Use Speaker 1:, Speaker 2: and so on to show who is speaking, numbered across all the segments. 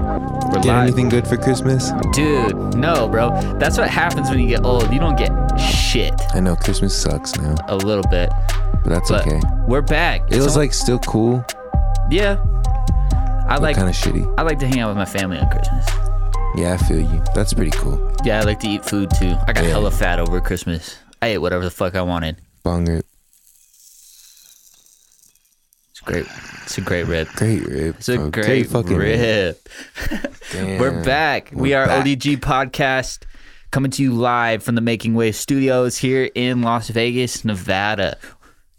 Speaker 1: We're
Speaker 2: Get
Speaker 1: live.
Speaker 2: anything good for Christmas?
Speaker 1: Dude, no, bro. That's what happens when you get old. You don't get shit
Speaker 2: I know Christmas sucks now,
Speaker 1: a little bit.
Speaker 2: but that's
Speaker 1: But
Speaker 2: okay.
Speaker 1: we're back.
Speaker 2: It
Speaker 1: It's
Speaker 2: was
Speaker 1: al-
Speaker 2: like still cool,
Speaker 1: yeah. I
Speaker 2: but
Speaker 1: like
Speaker 2: kind of shitty.
Speaker 1: I like to hang out with my family on Christmas.
Speaker 2: Yeah, I feel you. That's pretty cool.
Speaker 1: Yeah, I like to eat food too. I got
Speaker 2: Yeah.
Speaker 1: hella fat over Christmas. I ate whatever the fuck I wanted.
Speaker 2: Bong it.
Speaker 1: It's great. It's a great rib.
Speaker 2: Great rip.
Speaker 1: It's a
Speaker 2: bro.
Speaker 1: great
Speaker 2: fucking
Speaker 1: rib. We're
Speaker 2: Damn.
Speaker 1: back. we
Speaker 2: We're
Speaker 1: are
Speaker 2: back.
Speaker 1: ODG Podcast coming to you live from the Making Wave Studios here in Las Vegas, Nevada.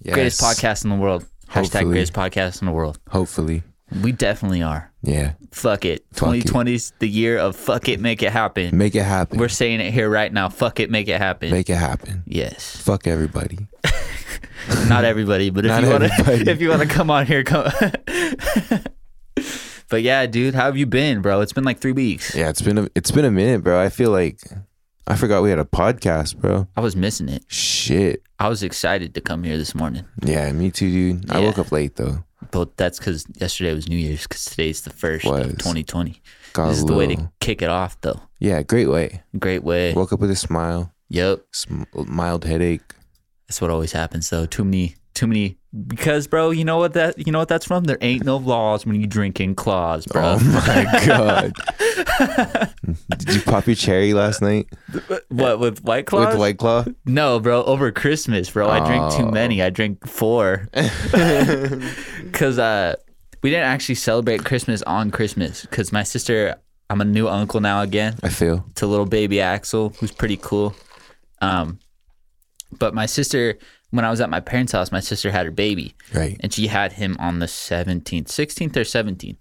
Speaker 2: Yes.
Speaker 1: Greatest podcast in the world. Hashtag
Speaker 2: Hopefully.
Speaker 1: greatest podcast in the world.
Speaker 2: Hopefully.
Speaker 1: We definitely are.
Speaker 2: Yeah.
Speaker 1: Fuck it.
Speaker 2: Fuck it.
Speaker 1: 2020's the year of fuck it, make it happen.
Speaker 2: Make it happen.
Speaker 1: We're saying it here right now. Fuck it, make it happen.
Speaker 2: Make it happen.
Speaker 1: yes.
Speaker 2: Fuck everybody.
Speaker 1: Not everybody, but if
Speaker 2: Not
Speaker 1: you want to
Speaker 2: everybody.
Speaker 1: if you want to come on here come But yeah, dude, how have you been, bro? It's been like 3 weeks.
Speaker 2: Yeah, it's been a it's been a minute, bro. I feel like I forgot we had a podcast, bro.
Speaker 1: I was missing it.
Speaker 2: Shit.
Speaker 1: I was excited to come here this morning,
Speaker 2: Yeah, me too, dude. I
Speaker 1: Yeah.
Speaker 2: woke up late though.
Speaker 1: but that's because yesterday was New Year's. Because today's the first of
Speaker 2: Was.
Speaker 1: 2020.
Speaker 2: Got
Speaker 1: This
Speaker 2: a
Speaker 1: is the way
Speaker 2: little-
Speaker 1: to kick it off, though.
Speaker 2: Yeah, great way.
Speaker 1: Great way.
Speaker 2: Woke up with a smile,
Speaker 1: yep,
Speaker 2: sm- mild headache.
Speaker 1: that's what always happens, though. Too many, too many. Because, bro, you know what that you know what that's from. There ain't no laws when you drinking claws, bro.
Speaker 2: Oh my god! Did you pop your cherry last night
Speaker 1: what with white claws?
Speaker 2: with White Claw?
Speaker 1: No, bro. Over Christmas, bro, I drank too
Speaker 2: Oh.
Speaker 1: many. I drank four. Cause uh, we didn't actually celebrate Christmas on Christmas. Cause my sister, I'm a new uncle now again.
Speaker 2: I feel.
Speaker 1: to little baby Axel, who's pretty cool. Um, but my sister, when I was at my parents' house, my sister had her baby,
Speaker 2: Right.
Speaker 1: and she had him on the seventeenth, sixteenth or seventeenth,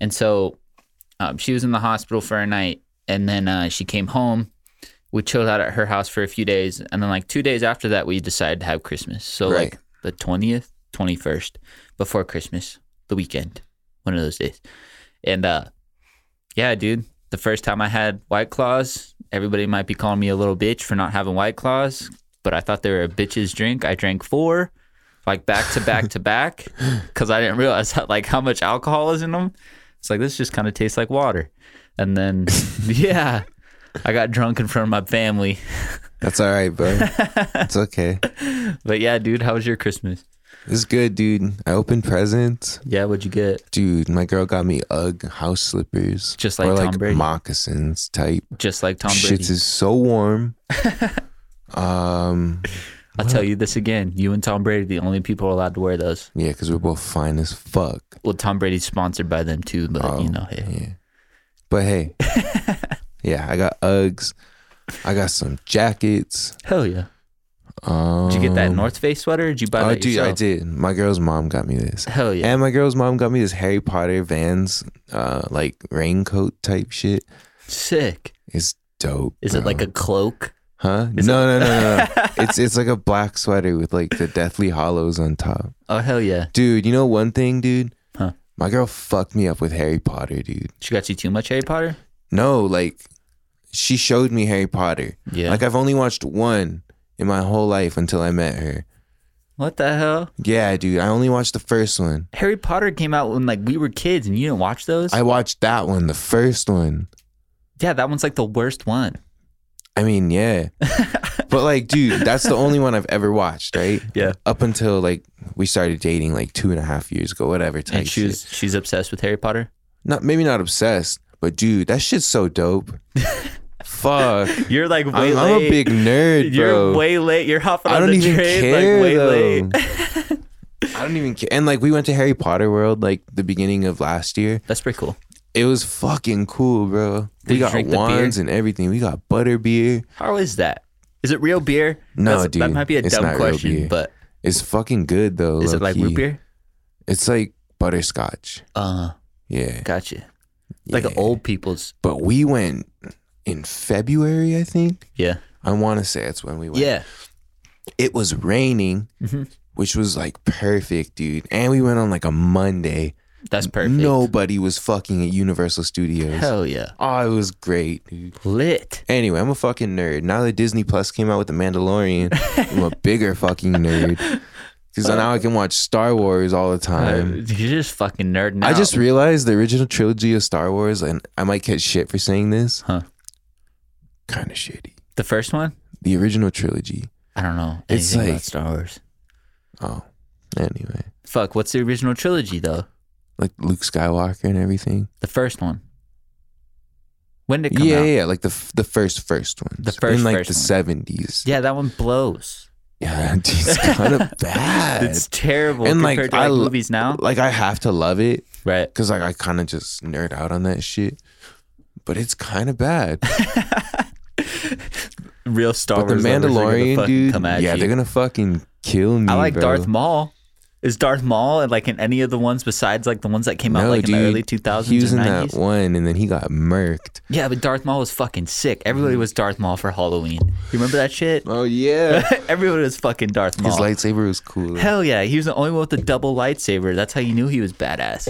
Speaker 1: and so um, she was in the hospital for a night, and then uh, she came home. We chilled out at her house for a few days, and then like two days after that, we decided to have Christmas. So
Speaker 2: Right.
Speaker 1: like the twentieth, twenty first, before Christmas, the weekend, one of those days, and uh, yeah, dude. The first time I had White Claws, everybody might be calling me a little bitch for not having White Claws, but I thought they were a bitch's drink. I drank four, like back to back to back, because I didn't realize how, like how much alcohol is in them. It's like this just kind of tastes like water, and then yeah, I got drunk in front of my family.
Speaker 2: That's all right, bro. it's okay.
Speaker 1: But yeah, dude, how was your Christmas?
Speaker 2: It's good, dude. I opened presents.
Speaker 1: Yeah, what'd you get?
Speaker 2: Dude, my girl got me UGG house slippers.
Speaker 1: Just like
Speaker 2: or
Speaker 1: Tom
Speaker 2: like
Speaker 1: Brady.
Speaker 2: moccasins type.
Speaker 1: Just like Tom Brady,
Speaker 2: Shits is so warm. um,
Speaker 1: I'll tell you this again: you and Tom Brady, the only people allowed to wear those.
Speaker 2: yeah, because we're both fine as fuck.
Speaker 1: Well, Tom Brady's sponsored by them too, but you know, hey.
Speaker 2: Oh, Yeah. But hey, yeah, I got Uggs. I got some jackets.
Speaker 1: hell yeah.
Speaker 2: Um,
Speaker 1: Did you get that North Face sweater? Or did you buy
Speaker 2: Oh,
Speaker 1: that
Speaker 2: dude, Um, I
Speaker 1: yourself?
Speaker 2: did. My girl's mom got me this.
Speaker 1: Hell yeah.
Speaker 2: And my girl's mom got me this Harry Potter Vans, uh, like raincoat type shit.
Speaker 1: Sick.
Speaker 2: It's dope.
Speaker 1: Is it
Speaker 2: bro.
Speaker 1: like a cloak?
Speaker 2: huh? No, no, no, no, no. it's it's like a black sweater with like the Deathly Hollows on top.
Speaker 1: Oh hell yeah.
Speaker 2: Dude, you know one thing, dude?
Speaker 1: Huh.
Speaker 2: My girl fucked me up with Harry Potter, dude.
Speaker 1: She got you too much Harry Potter?
Speaker 2: No, like she showed me Harry Potter.
Speaker 1: Yeah.
Speaker 2: Like I've only watched one in my whole life until I met her.
Speaker 1: what the hell?
Speaker 2: Yeah, dude, I only watched the first one.
Speaker 1: Harry Potter came out when like we were kids and you didn't watch those?
Speaker 2: I watched that one, the first one.
Speaker 1: yeah, that one's like the worst one.
Speaker 2: I mean, yeah. but like, dude, that's the only one I've ever watched, right?
Speaker 1: Yeah.
Speaker 2: Up until like we started dating like two and a half years ago, whatever type
Speaker 1: And she was, she's obsessed with Harry Potter.
Speaker 2: shit. Not maybe not obsessed, but dude, that shit's so dope. Fuck.
Speaker 1: You're like way late.
Speaker 2: I'm, I'm a big nerd,
Speaker 1: You're
Speaker 2: bro.
Speaker 1: way late. You're hopping
Speaker 2: I
Speaker 1: on
Speaker 2: don't
Speaker 1: the
Speaker 2: even
Speaker 1: train
Speaker 2: care
Speaker 1: like way late.
Speaker 2: though. I don't even care. And like we went to Harry Potter World like the beginning of last year.
Speaker 1: That's pretty cool.
Speaker 2: It was fucking cool, bro.
Speaker 1: Did
Speaker 2: we
Speaker 1: you
Speaker 2: got
Speaker 1: drink the beer?
Speaker 2: wands and everything. We got butter beer.
Speaker 1: How is that? Is it real beer?
Speaker 2: No,
Speaker 1: That's- That
Speaker 2: dude,
Speaker 1: might be a
Speaker 2: it's not
Speaker 1: dumb
Speaker 2: real
Speaker 1: question,
Speaker 2: beer.
Speaker 1: but
Speaker 2: It's fucking good though.
Speaker 1: is it like root
Speaker 2: low-key.
Speaker 1: beer?
Speaker 2: It's like butterscotch.
Speaker 1: Uh,
Speaker 2: Yeah.
Speaker 1: gotcha. Like
Speaker 2: yeah.
Speaker 1: an old people's.
Speaker 2: But we went in February, I think.
Speaker 1: Yeah.
Speaker 2: I want to say that's when we went.
Speaker 1: Yeah.
Speaker 2: It was raining,
Speaker 1: Mhm.
Speaker 2: which was like perfect, dude. And we went on like a Monday.
Speaker 1: That's perfect.
Speaker 2: Nobody was fucking at Universal Studios.
Speaker 1: Hell yeah.
Speaker 2: Oh, it was great, dude.
Speaker 1: Lit.
Speaker 2: Anyway, I'm a fucking nerd. Now that Disney Plus came out with The Mandalorian, I'm a bigger fucking nerd. because now I can watch Star Wars all the
Speaker 1: Uh,
Speaker 2: time.
Speaker 1: you're just fucking nerding out.
Speaker 2: I just realized the original trilogy of Star Wars, and I might get shit for saying this.
Speaker 1: Huh.
Speaker 2: Kind of shitty.
Speaker 1: the first one.
Speaker 2: The original trilogy.
Speaker 1: I don't know anything
Speaker 2: It's
Speaker 1: about
Speaker 2: like-
Speaker 1: Star Wars.
Speaker 2: Oh, anyway,
Speaker 1: Fuck. What's the original trilogy though?
Speaker 2: like Luke Skywalker and everything.
Speaker 1: The first one. When did it come
Speaker 2: yeah,
Speaker 1: out?
Speaker 2: yeah, like the f- the first first one.
Speaker 1: The first
Speaker 2: in like
Speaker 1: first
Speaker 2: the
Speaker 1: one.
Speaker 2: seventies.
Speaker 1: Yeah, that one blows.
Speaker 2: Yeah, it's kind of bad.
Speaker 1: It's terrible
Speaker 2: And, like,
Speaker 1: compared to
Speaker 2: I
Speaker 1: like,
Speaker 2: lo-
Speaker 1: movies now.
Speaker 2: like I have to love it
Speaker 1: Right.
Speaker 2: because like I kind of just nerd out on that shit. But it's kind of bad.
Speaker 1: Real Star
Speaker 2: but the
Speaker 1: Wars. lovers are gonna
Speaker 2: Mandalorian
Speaker 1: fucking
Speaker 2: dude,
Speaker 1: Come at
Speaker 2: yeah,
Speaker 1: you.
Speaker 2: they're gonna fucking kill me.
Speaker 1: I like
Speaker 2: bro.
Speaker 1: Darth Maul. Is Darth Maul and like in any of the ones besides like the ones that came out like in the early two
Speaker 2: He
Speaker 1: thousands
Speaker 2: was
Speaker 1: or
Speaker 2: in
Speaker 1: nineties?
Speaker 2: that one, and then he got murked.
Speaker 1: Yeah, but Darth Maul was fucking sick. Everybody
Speaker 2: Mm-hmm.
Speaker 1: was Darth Maul for Halloween. You remember that shit?
Speaker 2: Oh yeah,
Speaker 1: Everybody was fucking Darth Maul.
Speaker 2: his lightsaber was cool.
Speaker 1: Hell yeah, he was the only one with the double lightsaber. That's how you knew he was badass.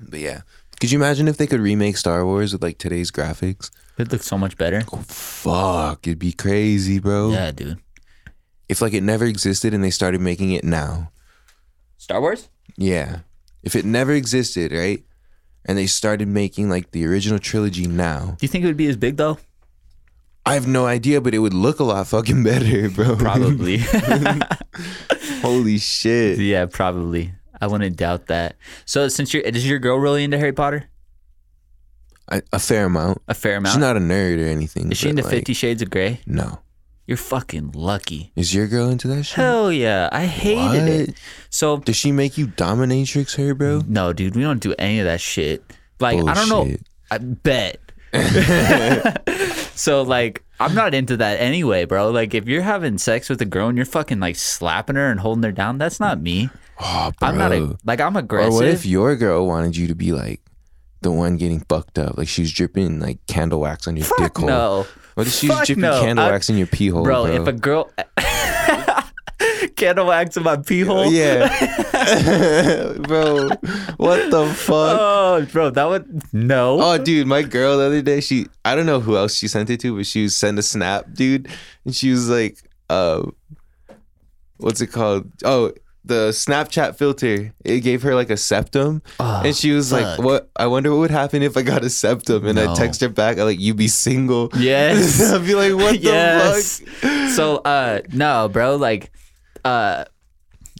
Speaker 2: But yeah, could you imagine if they could remake Star Wars with like today's graphics?
Speaker 1: It looked so much better.
Speaker 2: Oh fuck, it'd be crazy, bro.
Speaker 1: Yeah, dude.
Speaker 2: If like it never existed and they started making it now,
Speaker 1: Star Wars?
Speaker 2: yeah. If it never existed, right, and they started making like the original trilogy now,
Speaker 1: Do you think it would be as big though?
Speaker 2: I have no idea, but it would look a lot fucking better, bro.
Speaker 1: Probably.
Speaker 2: Holy shit.
Speaker 1: yeah, probably. I wouldn't doubt that. So since you're is your girl really into Harry Potter?
Speaker 2: I, a fair amount.
Speaker 1: A fair amount.
Speaker 2: She's not a nerd or anything.
Speaker 1: is she
Speaker 2: but,
Speaker 1: into
Speaker 2: like,
Speaker 1: Fifty Shades of Grey?
Speaker 2: No.
Speaker 1: You're fucking lucky.
Speaker 2: Is your girl into that shit?
Speaker 1: Hell yeah. I hated it.
Speaker 2: What?
Speaker 1: So
Speaker 2: Does she make you dominatrix her, bro?
Speaker 1: no, dude, we don't do any of that shit. Like I don't know.
Speaker 2: Bullshit.
Speaker 1: I bet. so like I'm not into that anyway, bro. Like if you're having sex with a girl and you're fucking like slapping her and holding her down, that's not me.
Speaker 2: Oh, bro.
Speaker 1: I'm not a, like I'm aggressive.
Speaker 2: or what if your girl wanted you to be like the one getting fucked up? Like she's dripping like candle wax on your dick
Speaker 1: Fuck
Speaker 2: hole.
Speaker 1: no.
Speaker 2: What if she's
Speaker 1: Fuck
Speaker 2: dripping
Speaker 1: no.
Speaker 2: candle
Speaker 1: I-
Speaker 2: wax in your pee hole,
Speaker 1: bro,
Speaker 2: bro?
Speaker 1: if a girl candle wax in my pee hole.
Speaker 2: yeah, bro. What the fuck?
Speaker 1: Oh, bro, that would no.
Speaker 2: Oh, dude, my girl the other day, she I don't know who else she sent it to, but she was sent a snap, dude, and she was like, uh, what's it called? Oh, the Snapchat filter. It gave her like a septum,
Speaker 1: Oh,
Speaker 2: and she was
Speaker 1: fuck.
Speaker 2: like, "What? I wonder what would happen if I got a septum." And
Speaker 1: No.
Speaker 2: I text her back, I like, "You be single."
Speaker 1: Yes.
Speaker 2: I'd be like, "What the
Speaker 1: yes.
Speaker 2: fuck?"
Speaker 1: So uh no, bro, like uh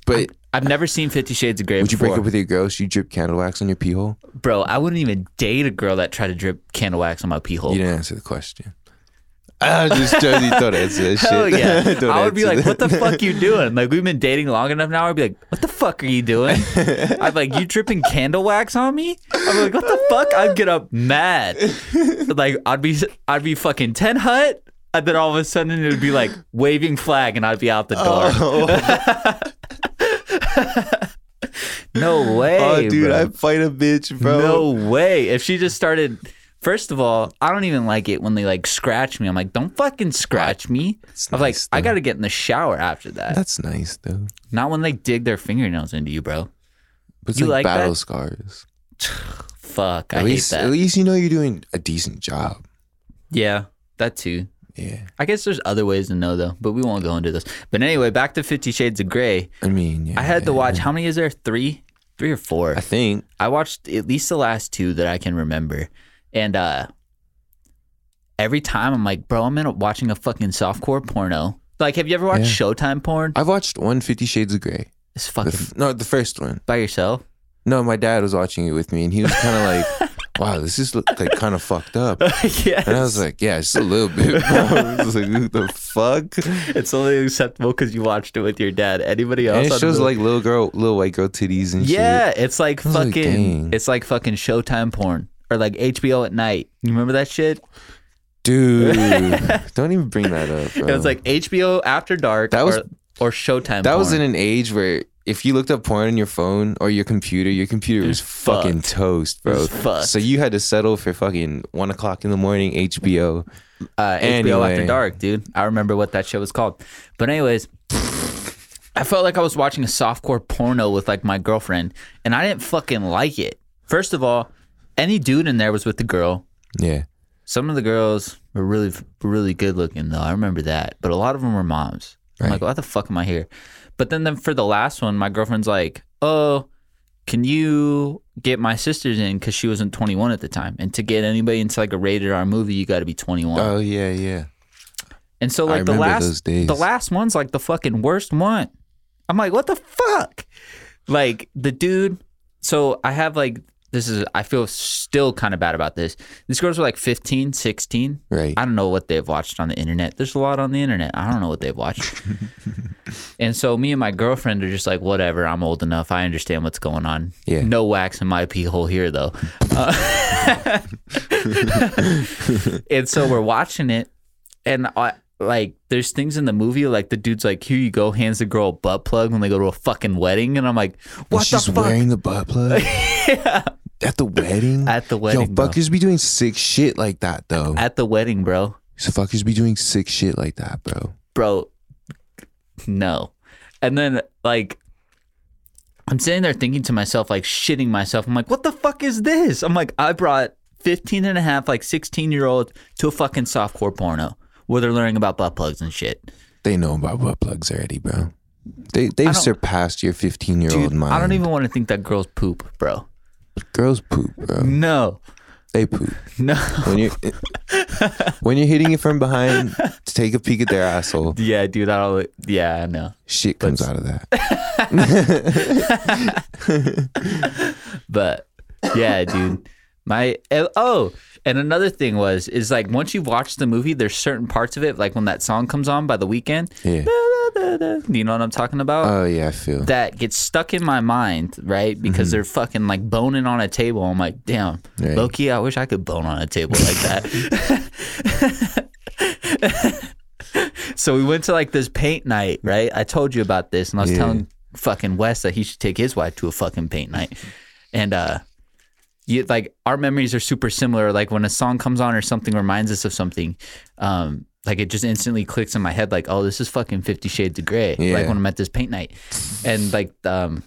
Speaker 2: But
Speaker 1: I've never seen 50 shades of gray
Speaker 2: would you
Speaker 1: before.
Speaker 2: break up with your girl? if She drip candle wax on your pee hole.
Speaker 1: Bro, I wouldn't even date a girl that tried to drip candle wax on my pee hole.
Speaker 2: You didn't answer the question. I just joking. Don't answer that shit.
Speaker 1: Hell yeah.
Speaker 2: Don't
Speaker 1: I would be
Speaker 2: answer
Speaker 1: like,
Speaker 2: that.
Speaker 1: what the fuck you doing? Like, we've been dating long enough now. I'd be like, what the fuck are you doing? I'd be like, you dripping candle wax on me? I'd be like, what the fuck? I'd get up mad. Like, I'd be, I'd be fucking ten hut. And then all of a sudden it would be like waving flag and I'd be out the door. No way.
Speaker 2: Oh. Oh, dude,
Speaker 1: bro.
Speaker 2: I fight a bitch, bro.
Speaker 1: No way. If she just started, first of all, I don't even like it when they like scratch me. I'm like, don't fucking scratch me.
Speaker 2: It's
Speaker 1: I'm like,
Speaker 2: nice,
Speaker 1: I
Speaker 2: though.
Speaker 1: gotta get in the shower after that.
Speaker 2: That's nice though.
Speaker 1: Not when they dig their fingernails into you, bro.
Speaker 2: But it's
Speaker 1: You
Speaker 2: like,
Speaker 1: like
Speaker 2: battle
Speaker 1: that?
Speaker 2: scars.
Speaker 1: Fuck, I
Speaker 2: at
Speaker 1: hate
Speaker 2: least,
Speaker 1: that.
Speaker 2: at least you know you're doing a decent job.
Speaker 1: yeah, that too.
Speaker 2: Yeah.
Speaker 1: I guess there's other ways to know though, but we won't go into this. But anyway, back to Fifty Shades of Grey.
Speaker 2: I mean, yeah.
Speaker 1: I had to watch. How many is there? Three, three or four?
Speaker 2: I think
Speaker 1: I watched at least the last two that I can remember, and uh, every time I'm like, bro, I'm in a, watching a fucking softcore porno. Like, have you ever watched
Speaker 2: Yeah.
Speaker 1: Showtime porn?
Speaker 2: I've watched one Fifty Shades of Grey.
Speaker 1: It's
Speaker 2: The
Speaker 1: fucking
Speaker 2: f- no, the first one.
Speaker 1: by yourself.
Speaker 2: No, my dad was watching it with me, and he was kind of like, "Wow, this is look- like kind of fucked up."
Speaker 1: yeah,
Speaker 2: And I was like, "Yeah, just a little bit." Bro. I was like, "What the fuck?"
Speaker 1: it's only acceptable because you watched it with your dad. Anybody else?
Speaker 2: And
Speaker 1: on
Speaker 2: it
Speaker 1: the
Speaker 2: shows
Speaker 1: movie-
Speaker 2: like little girl, little white girl titties and shit.
Speaker 1: Yeah, it's like
Speaker 2: was like,
Speaker 1: fucking
Speaker 2: dang.
Speaker 1: it's like fucking Showtime porn or like HBO at night. You remember that shit?
Speaker 2: dude. don't even bring that up. Bro.
Speaker 1: It was like HBO after dark
Speaker 2: That was-
Speaker 1: or, or Showtime
Speaker 2: That
Speaker 1: porn.
Speaker 2: was in an age where if you looked up porn on your phone or your computer, your computer was, fucking toast, bro.
Speaker 1: was fucked.
Speaker 2: So you had to settle for fucking one o'clock in the morning HBO.
Speaker 1: uh, HBO After
Speaker 2: Anyway.
Speaker 1: Dark, dude. I remember what that show was called. But anyways, I felt like I was watching a softcore porno with like my girlfriend, and I didn't fucking like it. First of all, any dude in there was with the girl.
Speaker 2: Yeah.
Speaker 1: Some of the girls were really, really good looking though. I remember that, but a lot of them were moms. I'm
Speaker 2: Right.
Speaker 1: like, why the fuck am I here? But then, then for the last one, my girlfriend's like, oh, can you get my sisters in? Because she wasn't 21 at the time. And to get anybody into like a rated R movie, you got to be 21.
Speaker 2: Oh yeah, yeah.
Speaker 1: and so
Speaker 2: I
Speaker 1: like the
Speaker 2: remember
Speaker 1: last,
Speaker 2: those days.
Speaker 1: the last one's like the fucking worst one. I'm like, what the fuck? Like the dude. So I have like, this is, I feel still kind of bad about this. These girls were like 15, 16.
Speaker 2: Right.
Speaker 1: I don't know what they've watched on the internet. There's a lot on the internet. I don't know what they've watched. and so me and my girlfriend are just like, whatever, I'm old enough. I understand what's going on.
Speaker 2: Yeah.
Speaker 1: No wax in my pee hole here, though. Uh, and so we're watching it, and I, like, there's things in the movie like the dude's like, here you go, hands the girl a butt plug when they go to a fucking wedding, and I'm like,
Speaker 2: Well,
Speaker 1: what
Speaker 2: she's
Speaker 1: the fuck?
Speaker 2: wearing the butt plug at the wedding.
Speaker 1: At the wedding,
Speaker 2: Yo,
Speaker 1: bro.
Speaker 2: fuckers be doing sick shit like that though.
Speaker 1: At the wedding, bro.
Speaker 2: So fuckers be doing sick shit like that, bro.
Speaker 1: bro, no. And then like I'm sitting there thinking to myself, like shitting myself. I'm like, what the fuck is this? I'm like, I brought 15 and a half, like 16 year old to a fucking softcore porno where they're learning about butt plugs and shit.
Speaker 2: They know about butt plugs already, bro. They they've
Speaker 1: don't-
Speaker 2: surpassed your fifteen year old
Speaker 1: Dude,
Speaker 2: mind.
Speaker 1: I don't even want to think that girls poop, bro.
Speaker 2: Girls poop, bro.
Speaker 1: No,
Speaker 2: They poop.
Speaker 1: no.
Speaker 2: When you're when you're hitting it from behind, take a peek at their asshole.
Speaker 1: Yeah, dude, I don't, yeah, I know.
Speaker 2: Shit comes out of that.
Speaker 1: But yeah, dude. My oh, and another thing was is like once you've watched the movie, there's certain parts of it, like when that song comes on by the weekend.
Speaker 2: Yeah.
Speaker 1: You know what I'm talking about?
Speaker 2: Oh yeah, Mm-hmm. I feel.
Speaker 1: that gets stuck in my mind, right? Because they're fucking like boning on a table. I'm like, damn,
Speaker 2: Right.
Speaker 1: Loki, I wish I could bone on a table like that. so we went to like this paint night, right? I told you about this, and I was
Speaker 2: Yeah.
Speaker 1: telling fucking Wes that he should take his wife to a fucking paint night. And uh you like our memories are super similar. Like when a song comes on or something reminds us of something, um, like it just instantly clicks in my head, like, oh, this is fucking Fifty Shades of Grey.
Speaker 2: Yeah.
Speaker 1: Like when I'm at this paint night. And like um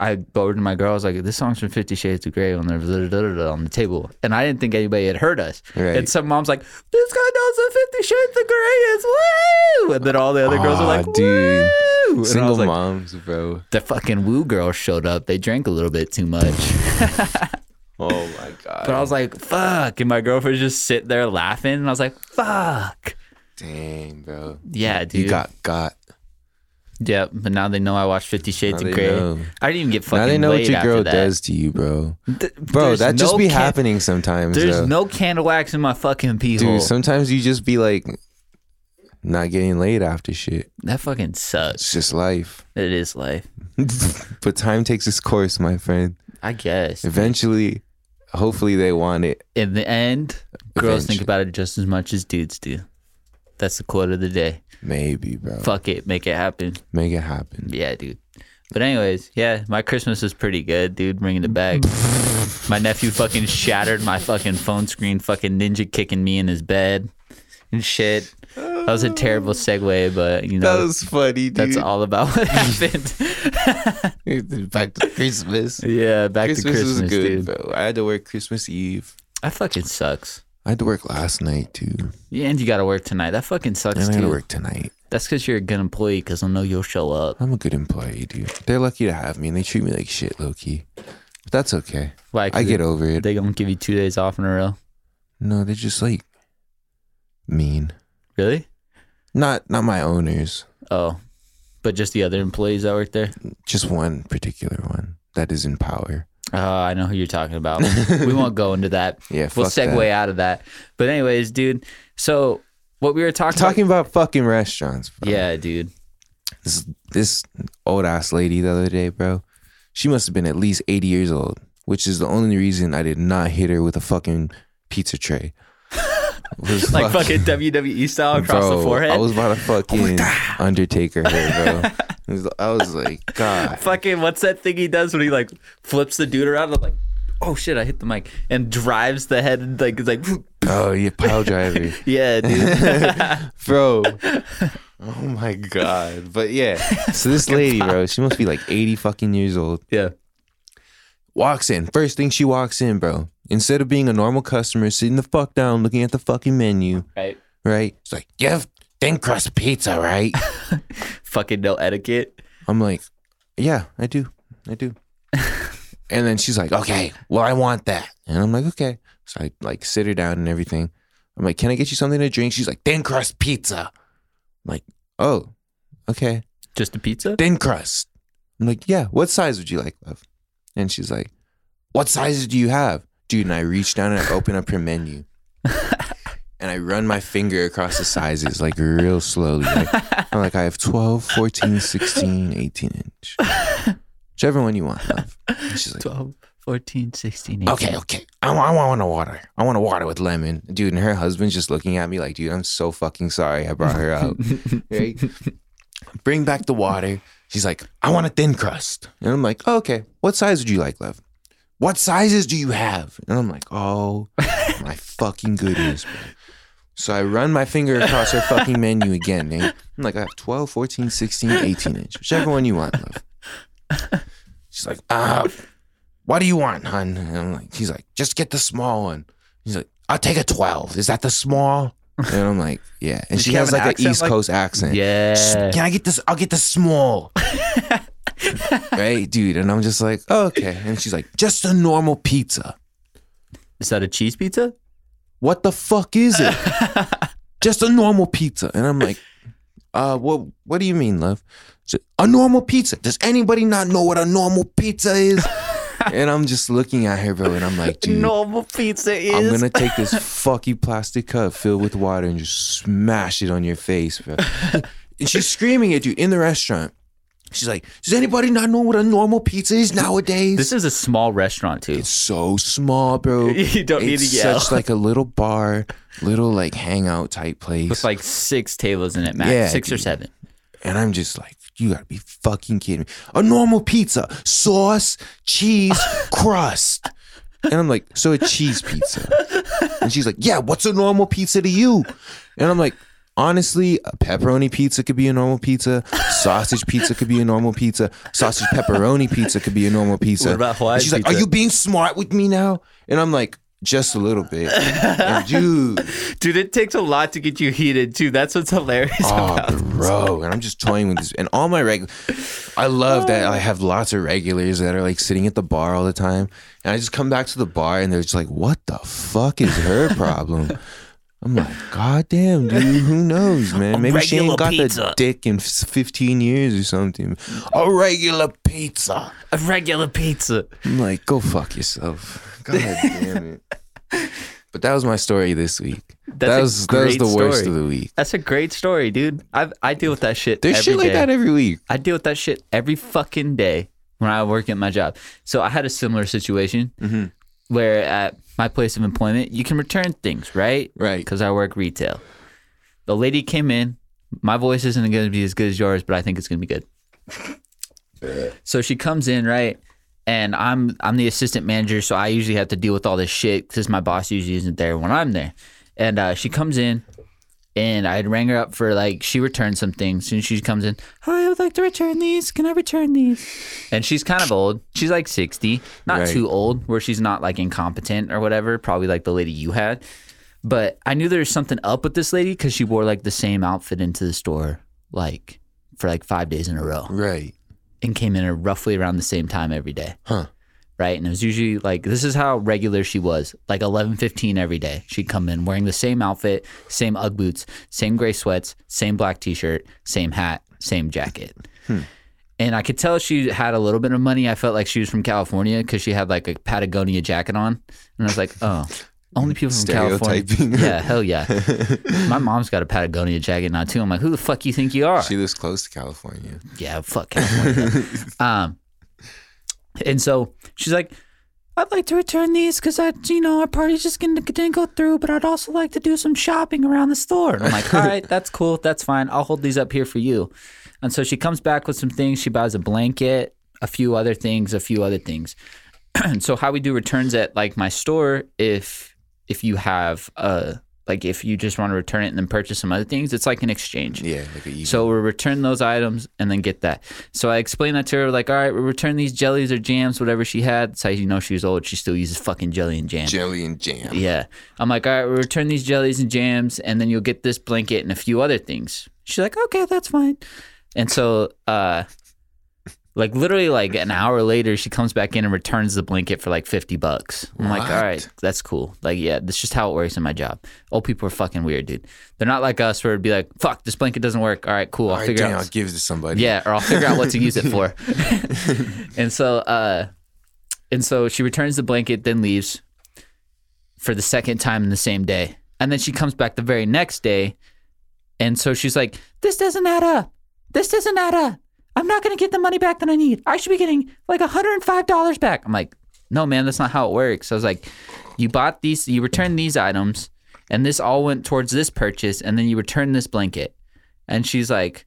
Speaker 1: I go over to my girl, I was like, this song's from Fifty Shades of Grey on the on the table. And I didn't think anybody had heard us.
Speaker 2: Right.
Speaker 1: And some mom's like, This guy knows what Fifty Shades of Grey is woo! And then all the other girls are
Speaker 2: Aw,
Speaker 1: like,
Speaker 2: Ah, dude.
Speaker 1: Woo! And I
Speaker 2: Single
Speaker 1: was like,
Speaker 2: moms, bro.
Speaker 1: the fucking woo girls showed up. They drank a little bit too much.
Speaker 2: Oh my god.
Speaker 1: But I was like, fuck. And my girlfriend just sit there laughing. And I was like, fuck.
Speaker 2: Dang, bro.
Speaker 1: Yeah, dude.
Speaker 2: You got got.
Speaker 1: yeah, but now they know I watched Fifty Shades
Speaker 2: Now
Speaker 1: of
Speaker 2: they
Speaker 1: Grey.
Speaker 2: know.
Speaker 1: I didn't even get fucking
Speaker 2: Now they know what
Speaker 1: laid
Speaker 2: your
Speaker 1: after
Speaker 2: girl
Speaker 1: that.
Speaker 2: does to you, bro.
Speaker 1: Th-
Speaker 2: Bro,
Speaker 1: there's
Speaker 2: that just
Speaker 1: no
Speaker 2: be
Speaker 1: can-
Speaker 2: happening sometimes,
Speaker 1: There's
Speaker 2: though.
Speaker 1: no candle wax in my fucking pee hole.
Speaker 2: Dude, sometimes you just be like not getting laid after shit.
Speaker 1: that fucking sucks.
Speaker 2: It's just life.
Speaker 1: It is life.
Speaker 2: But time takes its course, my friend.
Speaker 1: I guess.
Speaker 2: Eventually, hopefully they want it.
Speaker 1: In the end, girls think
Speaker 2: Eventually.
Speaker 1: about it just as much as dudes do. That's the quote of the day.
Speaker 2: Maybe, bro.
Speaker 1: Fuck it, make it happen.
Speaker 2: Make it happen.
Speaker 1: Yeah, dude. But anyways, yeah, my Christmas was pretty good, dude. Bringing it back. my nephew fucking shattered my fucking phone screen. Fucking ninja kicking me in his bed and shit. That was a terrible segue, but you know
Speaker 2: funny, dude.
Speaker 1: that's all about what happened.
Speaker 2: Back to Christmas.
Speaker 1: yeah, back
Speaker 2: Christmas,
Speaker 1: to Christmas,
Speaker 2: is good,
Speaker 1: dude.
Speaker 2: bro. I had to work Christmas Eve.
Speaker 1: That fucking sucks.
Speaker 2: I had to work last night too,
Speaker 1: Yeah, and you got to work tonight. That fucking sucks
Speaker 2: and I had to
Speaker 1: too.
Speaker 2: work tonight.
Speaker 1: That's because you're a good employee. Because I know you'll show up.
Speaker 2: I'm a good employee, dude. They're lucky to have me, and they treat me like shit, low key. But that's okay.
Speaker 1: Like
Speaker 2: I get over it.
Speaker 1: They gonna give you two days off in a row.
Speaker 2: No, they're just like mean.
Speaker 1: Really?
Speaker 2: Not not my owners.
Speaker 1: Oh, but just the other employees that work there.
Speaker 2: Just one particular one that is in power.
Speaker 1: Oh, I know who you're talking about. we won't go into that.
Speaker 2: Yeah,
Speaker 1: We'll
Speaker 2: fuck
Speaker 1: segue
Speaker 2: that.
Speaker 1: out of that. But anyways, dude. So what we were talking,
Speaker 2: Talking about fucking restaurants. Bro.
Speaker 1: about, yeah, dude.
Speaker 2: This this old ass lady the other day, bro. She must have been at least eighty years old, which is the only reason I did not hit her with a fucking pizza tray. Was
Speaker 1: Like
Speaker 2: fuck-
Speaker 1: fucking WWE style across
Speaker 2: bro,
Speaker 1: the forehead. Oh
Speaker 2: I was about to fucking Undertaker her, bro. It was- I was like, God,
Speaker 1: fucking what's that thing he does when he like flips the dude around? I'm like, oh shit, I hit the mic and drives the head and like it's like,
Speaker 2: oh, you pile driver.
Speaker 1: yeah, dude.
Speaker 2: bro. Oh my god! But yeah, so this lady, bro, she must be like eighty fucking years old.
Speaker 1: yeah.
Speaker 2: Walks in, first thing she walks in, bro. Instead of being a normal customer, sitting the fuck down, looking at the fucking menu,
Speaker 1: Right.
Speaker 2: right? It's like, yeah, thin crust pizza, right?
Speaker 1: Fucking no etiquette.
Speaker 2: I'm like, yeah, I do. I do. and then she's like, okay, well, I want that. And I'm like, okay. So I like sit her down and everything. I'm like, can I get you something to drink? She's like, thin crust pizza. I'm like, oh, okay.
Speaker 1: Just a pizza?
Speaker 2: Thin crust. I'm like, yeah, what size would you like, love? And she's like, what sizes do you have? Dude, and I reach down and I open up her menu. and I run my finger across the sizes like real slowly. Like, I'm like, I have 12, 14, 16, 18 inch. Whichever one you want, love. And she's like,
Speaker 1: 12, 14, 16, 18.
Speaker 2: okay, okay. I, wa- I want a water. I want a water with lemon. Dude, and her husband's just looking at me like, dude, I'm so fucking sorry I brought her out. right? Bring back the water. She's like, I want a thin crust. And I'm like, oh, okay, what size would you like, love? What sizes do you have? And I'm like, oh my fucking goodness, bro. So I run my finger across her fucking menu again, Nate. I'm like, I have 12, 14, 16, 18 inch, whichever one you want, love. She's like, uh, what do you want, hun? And I'm like, he's like, just get the small one. He's like, I'll take a 12. Is that the small? And I'm like, yeah. And
Speaker 1: Does
Speaker 2: she
Speaker 1: she have
Speaker 2: has
Speaker 1: an
Speaker 2: like an
Speaker 1: accent
Speaker 2: East
Speaker 1: like-
Speaker 2: Coast accent.
Speaker 1: Yeah.
Speaker 2: Can I get this? I'll get the small. right, dude. And I'm just like, oh, okay. And she's like, just a normal pizza.
Speaker 1: Is that a cheese pizza?
Speaker 2: What the fuck is it? just a normal pizza. And I'm like, uh, what what do you mean, love? She's like, a normal pizza. Does anybody not know what a normal pizza is? and I'm just looking at her, bro, and I'm like, dude.
Speaker 1: Normal pizza is.
Speaker 2: I'm gonna take this fucking plastic cup filled with water and just smash it on your face, bro. and she's screaming at you in the restaurant. She's like, "Does anybody not know what a normal pizza is nowadays?"
Speaker 1: This is a small restaurant too.
Speaker 2: it's so small, bro.
Speaker 1: You don't need
Speaker 2: it's
Speaker 1: to yell.
Speaker 2: such like a little bar, little like hangout
Speaker 1: With
Speaker 2: type place,
Speaker 1: like six tables in it, max.
Speaker 2: Yeah,
Speaker 1: six or
Speaker 2: dude.
Speaker 1: seven.
Speaker 2: and I'm just like. You gotta be fucking kidding me. A normal pizza, sauce, cheese, crust. And I'm like, so a cheese pizza. And she's like, "Yeah, what's a normal pizza to you?" And I'm like, "Honestly, a pepperoni pizza could be a normal pizza. Sausage pizza could be a normal pizza. Sausage pepperoni pizza could be a normal pizza."
Speaker 1: What about Hawaiian
Speaker 2: And she's like,
Speaker 1: pizza?
Speaker 2: "Are you being smart with me now?" And I'm like, "Just a little bit, and dude."
Speaker 1: Dude, it takes a lot to get you heated too. That's what's hilarious.
Speaker 2: Oh, bro! And I'm just toying with this, and all my regular. I love that I have lots of regulars that are like sitting at the bar all the time, and I just come back to the bar, and they're just like, "What the fuck is her problem?" I'm like, "God damn, dude! Who knows, man? Maybe she
Speaker 1: regular
Speaker 2: ain't got
Speaker 1: pizza.
Speaker 2: the dick in 15 years or something. A regular pizza."
Speaker 1: a regular pizza.
Speaker 2: I'm like, "Go fuck yourself." God damn it! But that was my story this week. that
Speaker 1: a
Speaker 2: was that was
Speaker 1: great
Speaker 2: the worst
Speaker 1: story.
Speaker 2: of the week.
Speaker 1: That's a great story, dude. I I deal with that shit.
Speaker 2: There's
Speaker 1: every
Speaker 2: shit like
Speaker 1: day.
Speaker 2: that every week.
Speaker 1: I deal with that shit every fucking day when I work at my job. So I had a similar situation where at my place of employment, you can return things, right?
Speaker 2: Right.
Speaker 1: Because I work retail. The lady came in. My voice isn't going to be as good as yours, but I think it's going to be good. so she comes in, right? And I'm I'm the assistant manager, so I usually have to deal with all this shit because my boss usually isn't there when I'm there. And uh, she comes in, and I had rang her up for like she returned some things. And she comes in, hi, I would like to return these. Can I return these? And she's kind of old. She's like sixty, not
Speaker 2: Right.
Speaker 1: too old, where she's not like incompetent or whatever. Probably like the lady you had. But I knew there was something up with this lady because she wore like the same outfit into the store like for like five days in a row
Speaker 2: Right.
Speaker 1: and came in at roughly around the same time every day.
Speaker 2: Huh.
Speaker 1: Right. And it was usually like this is how regular she was, like eleven fifteen every day. She'd come in wearing the same outfit, same Ugg boots, same gray sweats, same black t shirt, same hat, same jacket.
Speaker 2: Hmm.
Speaker 1: And I could tell she had a little bit of money. I felt like she was from California because she had like a Patagonia jacket on. And I was like, oh, only people from California.
Speaker 2: Stereotyping.
Speaker 1: Yeah, hell yeah. My mom's got a Patagonia jacket now too. I'm like, who the fuck you think you are?
Speaker 2: She lives close to California.
Speaker 1: yeah, fuck California. um, and so she's like, I'd like to return these because I, you know, our party's just gonna didn't go through, but I'd also like to do some shopping around the store. And I'm like, all right, that's cool, that's fine. I'll hold these up here for you. And so she comes back with some things. She buys a blanket, a few other things, a few other things. so how we do returns at like my store, if if you have a like if you just want to return it and then purchase some other things, it's like an exchange.
Speaker 2: Yeah, like a
Speaker 1: So we'll return those items and then get that. So I explained that to her, like, all right, we'll return these jellies or jams, whatever she had. That's how you know she was old. She still uses fucking jelly and jam.
Speaker 2: jelly and jam.
Speaker 1: Yeah. I'm like, all right, we'll return these jellies and jams, and then you'll get this blanket and a few other things. She's like, okay, that's fine. And so, uh, like literally like an hour later, she comes back in and returns the blanket for like 50 bucks. I'm like, all
Speaker 2: What?
Speaker 1: right, that's cool. Like, yeah, that's just how it works in my job. Old people are fucking weird, dude. They're not like us where it'd be like, fuck, this blanket doesn't work. All right, cool. I'll
Speaker 2: All right,
Speaker 1: figure
Speaker 2: damn,
Speaker 1: out.
Speaker 2: I'll give it to somebody.
Speaker 1: Yeah, or I'll figure out what to use it for. and so, uh, and so she returns the blanket, then leaves for the second time in the same day, and then she comes back the very next day, and so she's like, "This doesn't add up. This doesn't add up. I'm not gonna get the money back that I need. I should be getting like 105 dollars back." I'm like, "No, man, that's not how it works." I was like, "You bought these. You returned these items." And this all went towards this purchase, and then you returned this blanket. And she's like,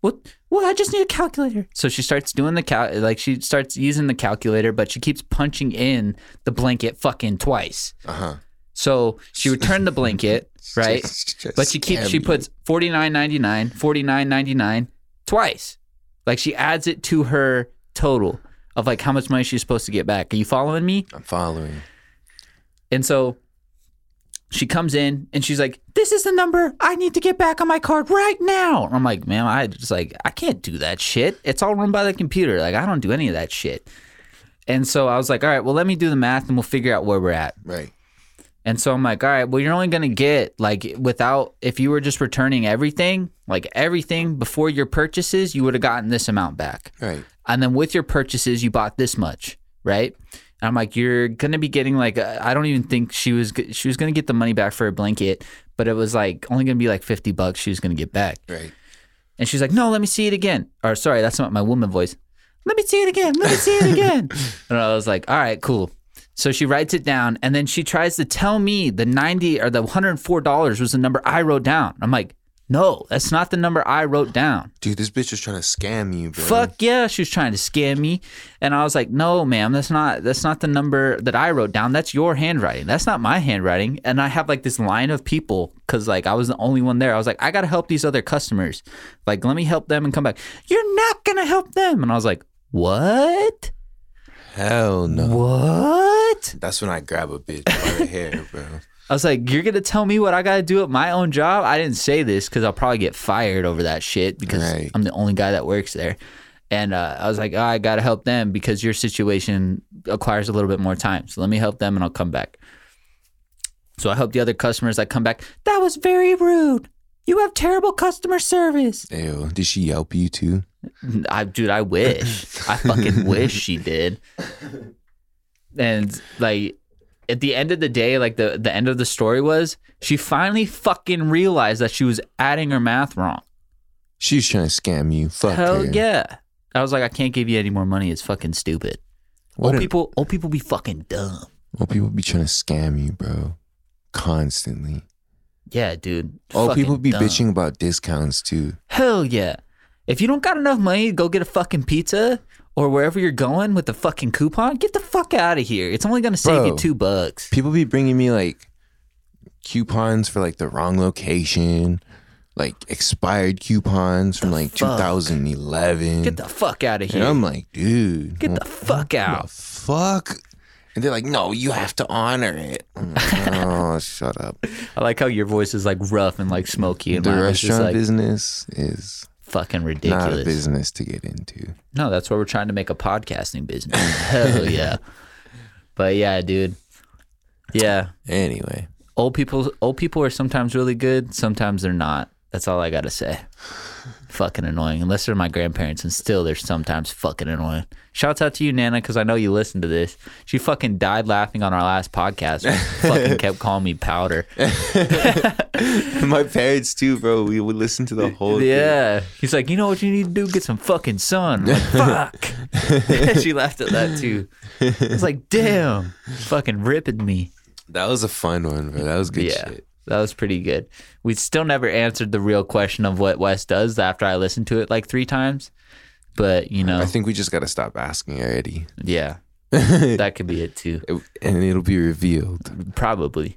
Speaker 1: what? Well, I just need a calculator. So she starts doing the cal, like she starts using the calculator, but she keeps punching in the blanket fucking twice.
Speaker 2: Uh huh.
Speaker 1: So she returned the blanket, right? But she keeps, she puts forty nine ninety nine, forty nine ninety nine twice. Like she adds it to her total of like how much money she's supposed to get back. Are you following me?
Speaker 2: I'm following.
Speaker 1: And so she comes in and she's like, "This is the number I need to get back on my card right now." And I'm like, "Ma'am, I just like I can't do that shit. It's all run by the computer. Like I don't do any of that shit." And so I was like, "All right, well let me do the math and we'll figure out where we're at."
Speaker 2: Right.
Speaker 1: And so I'm like, "All right, well you're only going to get like without if you were just returning everything, like everything before your purchases, you would have gotten this amount back."
Speaker 2: Right.
Speaker 1: and then with your purchases you bought this much right and i'm like you're gonna be getting like uh, i don't even think she was g- she was gonna get the money back for a blanket but it was like only gonna be like 50 bucks she was gonna get back
Speaker 2: Right.
Speaker 1: and she's like no let me see it again or sorry that's not my woman voice let me see it again let me see it again and i was like all right cool so she writes it down and then she tries to tell me the 90 or the 104 dollars was the number i wrote down i'm like no that's not the number i wrote down
Speaker 2: Dude, this bitch was trying to scam you, bro.
Speaker 1: fuck yeah she was trying to scam me and i was like no ma'am that's not that's not the number that i wrote down that's your handwriting that's not my handwriting and i have like this line of people because like i was the only one there i was like i gotta help these other customers like let me help them and come back you're not gonna help them and i was like what
Speaker 2: Hell no.
Speaker 1: what
Speaker 2: That's when I grab a bitch by the hair, bro.
Speaker 1: i was like you're gonna tell me what i gotta do at my own job i didn't say this because i'll probably get fired over that shit because
Speaker 2: Right.
Speaker 1: i'm the only guy that works there And uh, I was like, oh, I gotta help them because your situation acquires a little bit more time. So let me help them and I'll come back. So I help the other customers that come back. That was very rude. You have terrible customer service.
Speaker 2: Ew. Did she yelp you too?
Speaker 1: I dude, I wish. I fucking wish she did. And like at the end of the day, like the, the end of the story was she finally fucking realized that she was adding her math wrong.
Speaker 2: She was trying to scam you. Fuck
Speaker 1: Hell
Speaker 2: her.
Speaker 1: yeah. I was like, I can't give you any more money. It's fucking stupid.
Speaker 2: What
Speaker 1: old
Speaker 2: an-
Speaker 1: people, old people be fucking dumb.
Speaker 2: Old people be trying to scam you, bro. Constantly.
Speaker 1: Yeah, dude.
Speaker 2: Old
Speaker 1: Fucking
Speaker 2: people be
Speaker 1: dumb.
Speaker 2: bitching about discounts too.
Speaker 1: Hell yeah. If you don't got enough money to go get a fucking pizza or wherever you're going with the fucking coupon, get the fuck out of here. It's only gonna save you
Speaker 2: Bro.
Speaker 1: two bucks.
Speaker 2: People be bringing me like coupons for like the wrong location, like expired coupons from like
Speaker 1: fuck?
Speaker 2: 2011.
Speaker 1: Get the fuck out of
Speaker 2: and
Speaker 1: here.
Speaker 2: I'm like, dude,
Speaker 1: get the fuck out.
Speaker 2: fuck. And they're like, no, you have to honor it. I'm like, oh, shut up.
Speaker 1: I like how your voice is like rough and like smoky and
Speaker 2: The
Speaker 1: mine is just
Speaker 2: restaurant
Speaker 1: like
Speaker 2: business is
Speaker 1: fucking
Speaker 2: not a
Speaker 1: ridiculous.
Speaker 2: business to get into.
Speaker 1: No, that's why we're trying to make a podcasting business. Hell yeah. But yeah, dude. Yeah.
Speaker 2: Anyway,
Speaker 1: Old people old people are sometimes really good, sometimes they're not. That's all I gotta say. fucking annoying. Unless they're my grandparents and still they're sometimes fucking annoying. Shouts out to you, Nana, because I know you listen to this. She fucking died laughing on our last podcast. fucking kept calling me powder.
Speaker 2: my parents too, bro. We would listen to the whole thing.
Speaker 1: Yeah. He's like, you know what you need to do? Get some fucking sun. I'm like, Fuck. she laughed at that too. It's like, damn, fucking ripping me.
Speaker 2: That was a fun one, bro. That was good
Speaker 1: yeah.
Speaker 2: shit.
Speaker 1: That was pretty good. We still never answered the real question of what Wes does after I listened to it like three times. But, you know,
Speaker 2: I think we just got to stop asking already.
Speaker 1: yeah. That could be it too.
Speaker 2: and it'll be revealed.
Speaker 1: Probably.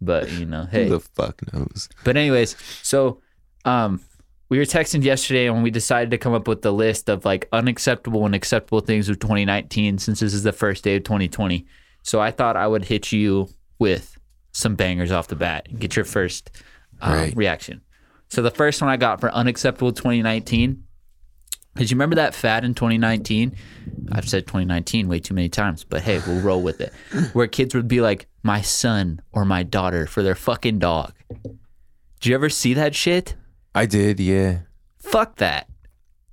Speaker 1: But you know, hey.
Speaker 2: Who the fuck knows?
Speaker 1: But anyways, so um we were texting yesterday and we decided to come up with the list of like unacceptable and acceptable things of 2019 since this is the first day of 2020. So I thought I would hit you with some bangers off the bat and get your first um,
Speaker 2: Right.
Speaker 1: reaction. So the first one I got for unacceptable 2019 is you remember that fad in 2019? I've said 2019 way too many times, but hey, we'll roll with it. Where kids would be like, my son or my daughter for their fucking dog. Did you ever see that shit?
Speaker 2: I did, yeah.
Speaker 1: Fuck that.